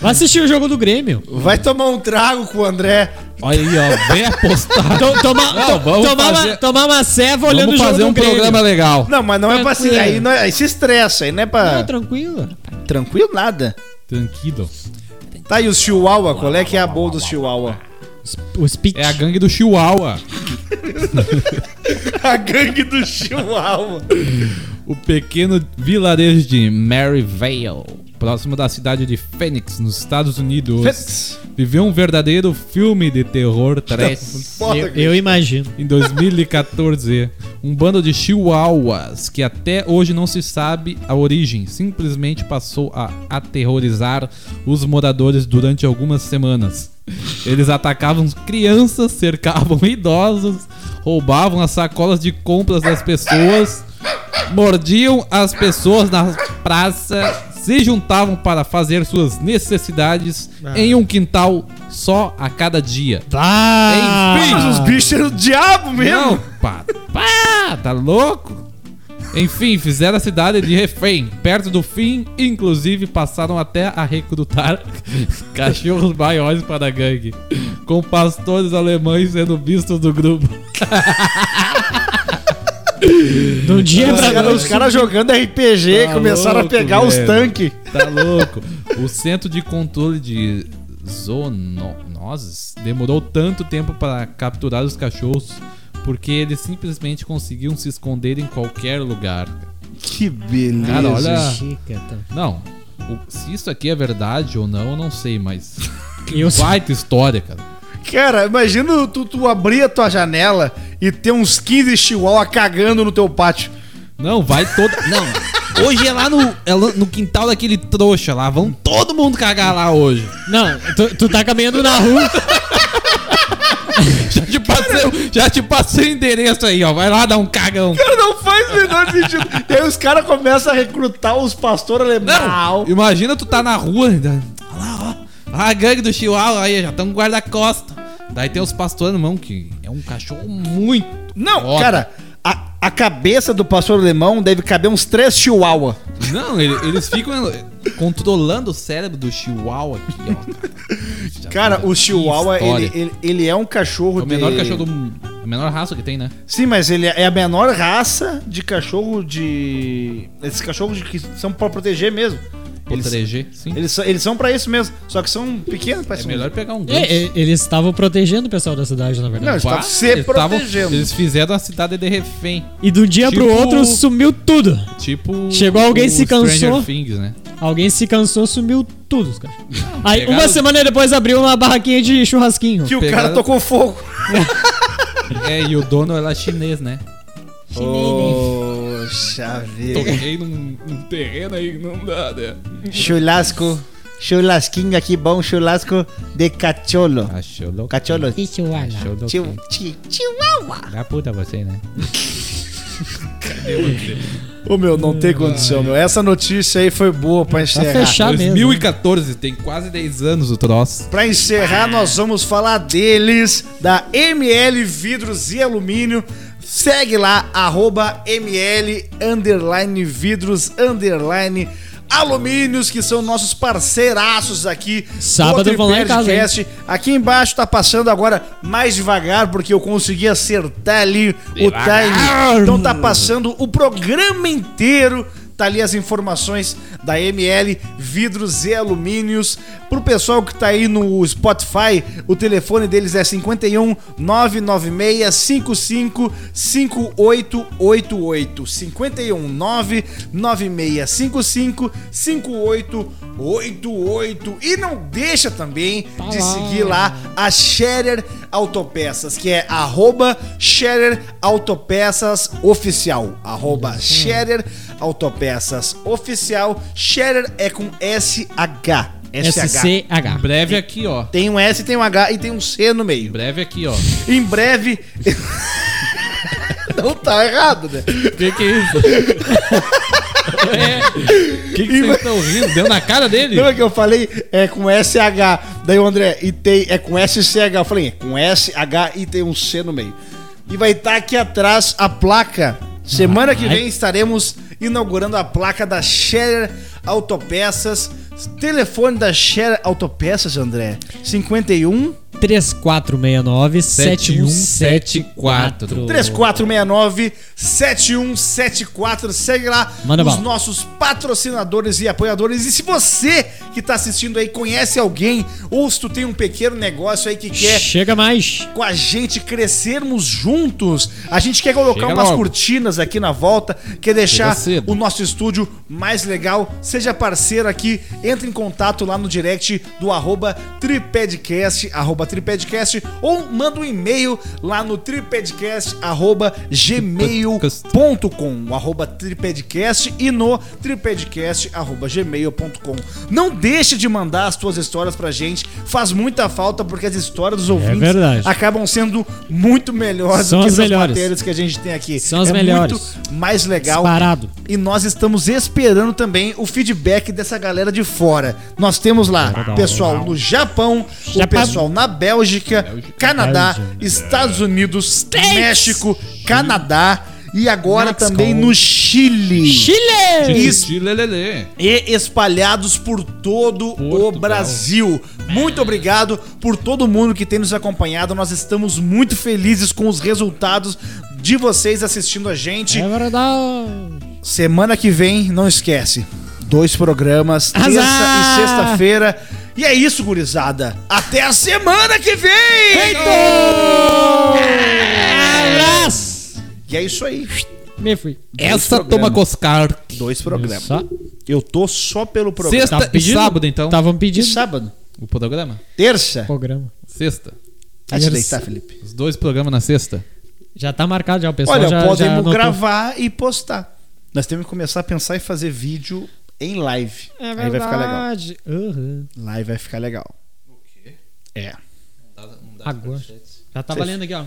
B: Vai assistir o jogo do Grêmio.
A: Vai tomar um trago com o André.
C: Olha aí, ó. Vem apostar.
B: To- toma-
C: Não,
B: to-
C: vamos
B: tomar, uma-
C: fazer-
B: tomar uma ceva olhando
C: Vamos
B: o jogo
C: fazer
B: do
C: um
B: Grêmio.
C: programa legal.
A: Não, mas não é pra assim.
B: Tranquilo.
A: Aí, não é- aí se estressa, aí não é pra.
B: Não, Ah, tranquilo.
A: Tranquilo nada.
C: Tranquilo.
A: Tá, e os Chihuahua? Qual é que é a boa dos Chihuahua?
B: Os, os pit.
C: É a gangue do Chihuahua.
A: A gangue do Chihuahua.
C: O pequeno vilarejo de Maryvale, próximo da cidade de Phoenix, nos Estados Unidos,
A: Phoenix.
C: viveu um verdadeiro filme de terror trash.
A: Foda,
B: Eu,
A: cara.
B: eu imagino.
C: Em 2014, um bando de chihuahuas que até hoje não se sabe a origem, simplesmente passou a aterrorizar os moradores durante algumas semanas. Eles atacavam crianças, cercavam idosos, roubavam as sacolas de compras das pessoas, mordiam as pessoas na praça, se juntavam para fazer suas necessidades em um quintal só a cada dia.
B: Vá!
C: Enfim,
A: Mas os bichos eram o diabo
C: Ah. Não,
A: mesmo.
C: pá, pá, tá louco? Enfim, fizeram a cidade de refém. Perto do fim, inclusive, passaram até a recrutar cachorros maiores para a gangue. Com pastores alemães sendo vistos do grupo.
B: De um dia
A: Os
B: pra
A: caras
B: noite.
A: os caras jogando RPG
C: Tá
A: começaram
C: louco,
A: a pegar os
C: velho.
A: tanques.
C: Tá louco? O centro de controle de zoonoses demorou tanto tempo para capturar os cachorros porque eles simplesmente conseguiam se esconder em qualquer lugar.
A: Que beleza.
C: Cara, olha.
B: Chica, tá.
C: Não. o- se isso aqui é verdade ou não, eu não sei, mas. Que
B: Eu-
C: baita história, cara.
A: Cara, imagina tu, tu abrir a tua janela e ter uns 15 chihuahua cagando no teu pátio.
C: Não, vai todo. Não. Hoje é lá no, é lá no quintal daquele trouxa lá. Vão todo mundo cagar lá hoje.
B: Não, tu, tu tá caminhando na rua.
C: Já te passei, já te passei o endereço aí, ó. Vai lá dar um cagão.
A: Cara, não faz o menor sentido. e aí os caras começam a recrutar os pastores
C: Não!
A: alemão.
C: Imagina tu tá na rua. né? Olha lá, ó. Ah, a gangue do Chihuahua aí, já estão guarda-costa. Daí tem os pastores irmão, que é um cachorro muito.
A: Não,
C: foda.
A: cara, a, a cabeça do pastor alemão deve caber uns três chihuahua.
C: Não, ele- eles ficam controlando o cérebro do Chihuahua aqui, ó. cara. Já-
A: Cara,
C: já-
A: o
C: que
A: chihuahua,
C: história.
A: ele, ele, ele é um cachorro
C: É o menor
A: de-
C: cachorro do mundo. A menor raça que tem, né?
A: Sim, mas ele é a menor raça de cachorro de... Esses cachorros de- que são pra proteger mesmo. Eles,
C: 3G, sim.
A: eles, são- eles são pra isso mesmo, só que são pequenos,
C: É
A: parece
C: melhor pegar um gancho.
B: É, é, eles estavam protegendo o pessoal da cidade, na
A: Não,
B: verdade.
A: eles estavam
C: Pá,
A: se
C: eles tavam-
A: protegendo.
C: Eles fizeram a cidade de refém.
B: E de um dia pro
C: Tipo-
B: outro sumiu tudo.
C: Tipo.
B: Chegou alguém,
C: o
B: se cansou.
C: Stranger Things, né?
B: Alguém se cansou, sumiu tudo, os caras. Aí
C: pegaram-
B: uma semana depois abriu uma barraquinha de churrasquinho.
A: Que o
C: Pegaram-
A: cara tocou fogo.
C: É, e o dono era chinês, né?
A: Poxa vida.
C: Toquei num, num terreno aí que não dá, né?
A: Chulasco. Chulasquinho aqui bom, chulasco de cachorro.
C: Achou louco.
A: Cachorro.
C: Achou louco.
A: Chihu- chi- Chihuahua.
C: Dá puta você, né?
A: Ô meu, não tem condição, meu. Essa notícia aí foi boa pra encerrar.
B: fechado. Hum, Tá mesmo.
C: 2014, tem quase 10 anos o troço.
A: Pra encerrar, nós vamos falar deles, da ML Vidros e Alumínio. Segue lá, arroba ML, underline, vidros, underline, alumínios, que são nossos parceiraços aqui.
B: Sábado
A: do
B: vão lá em casa, hein?
A: Tripodcast. Aqui embaixo tá passando agora mais devagar, porque eu consegui acertar ali o time. Então tá passando o programa inteiro. Tá ali as informações da ML Vidros e Alumínios. Pro pessoal que tá aí no Spotify, o telefone deles é 51 996 55 5888. 51 996 55 5888. E não deixa também
B: Tá
A: de
B: lá.
A: seguir lá a Scherer Autopeças, que é arroba Scherer Autopeças Oficial.
B: Hum.
A: Arroba Scherer Autopeças Oficial. Scherer é com SH. SH.
C: Em
B: SCH.
C: breve aqui, ó.
A: Tem um S, tem um H e tem um C no meio.
C: Em breve aqui, ó.
A: Em breve. Não tá errado, né?
C: Que que é isso? É. Que que vocês estão rindo? Deu na cara dele?
A: Lembra que eu falei? É com SH. Daí o André, e tem, é com SCH. Eu falei, é com SH e tem um C no meio. E vai estar aqui atrás a placa. Semana que
B: Vai.
A: vem estaremos inaugurando a placa da Scherer Autopeças. Telefone da Scherer Autopeças, André. 51
B: 3469 7174.
A: 3469-7174. Segue lá
B: Manda
A: os
B: bala.
A: nossos patrocinadores e apoiadores. E se você que tá assistindo aí conhece alguém, ou se tu tem um pequeno negócio aí que é quer
B: Chega mais.
A: com a gente crescermos juntos. A gente quer colocar
C: Chega
A: umas
C: logo.
A: cortinas aqui na volta, quer deixar
C: Chega cedo.
A: o nosso estúdio mais legal. Seja parceiro aqui, entre em contato lá no direct do arroba tripedcast, arroba tripedcast, ou manda um e-mail lá no tripedcast, arroba gmail.com, arroba tripedcast e no tripedcast, arroba gmail.com. Não deixe de mandar as tuas histórias pra gente, faz muita falta porque as histórias dos ouvintes
B: É verdade.
A: acabam sendo muito melhores
B: São
A: do que
B: as
A: essas
B: melhores.
A: matérias que a gente tem aqui.
B: São as
A: é
B: melhores.
A: muito mais legal.
B: Disparado.
A: E nós estamos esperando também o feedback dessa galera de fora. Nós temos lá o pessoal no Japão, o
B: Japão.
A: pessoal na Bélgica, Canadá,
B: Bélgica.
A: Estados Unidos, México, Canadá e agora
B: Mexico.
A: também no Chile.
B: Chile!
A: Isso.
C: Lelele.
A: E espalhados por todo o
C: Portugal.
A: Brasil. Muito obrigado por todo mundo que tem nos acompanhado. Nós estamos muito felizes com os resultados de vocês assistindo a gente.
B: É verdade.
A: Semana que vem, não esquece. Dois programas, terça
B: Azar!
A: e sexta-feira. E é isso, gurizada. Até a semana que vem!
B: Abraço!
A: E é isso aí.
B: Me fui.
C: Essa
A: Dois programas.
C: toma Coscar.
A: Dois programas.
B: Só.
A: Eu tô só pelo programa.
C: Sexta e sábado, então.
B: Estavam
A: E
B: Tá pedindo.
A: sábado.
C: O programa?
A: Terça.
B: Programa.
C: Sexta.
A: Vai te deitar, Felipe.
C: Os dois programas na sexta.
B: Já tá marcado já, o pessoal
A: Olha,
B: já, já
A: podemos
B: anotou.
A: gravar e postar. Nós temos que começar a pensar em fazer vídeo em live.
B: É
A: Aí vai ficar legal.
B: verdade. Aham.
A: Live vai ficar legal. O quê? É.
B: Agora. Já tá valendo aqui, ó.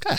A: Cara,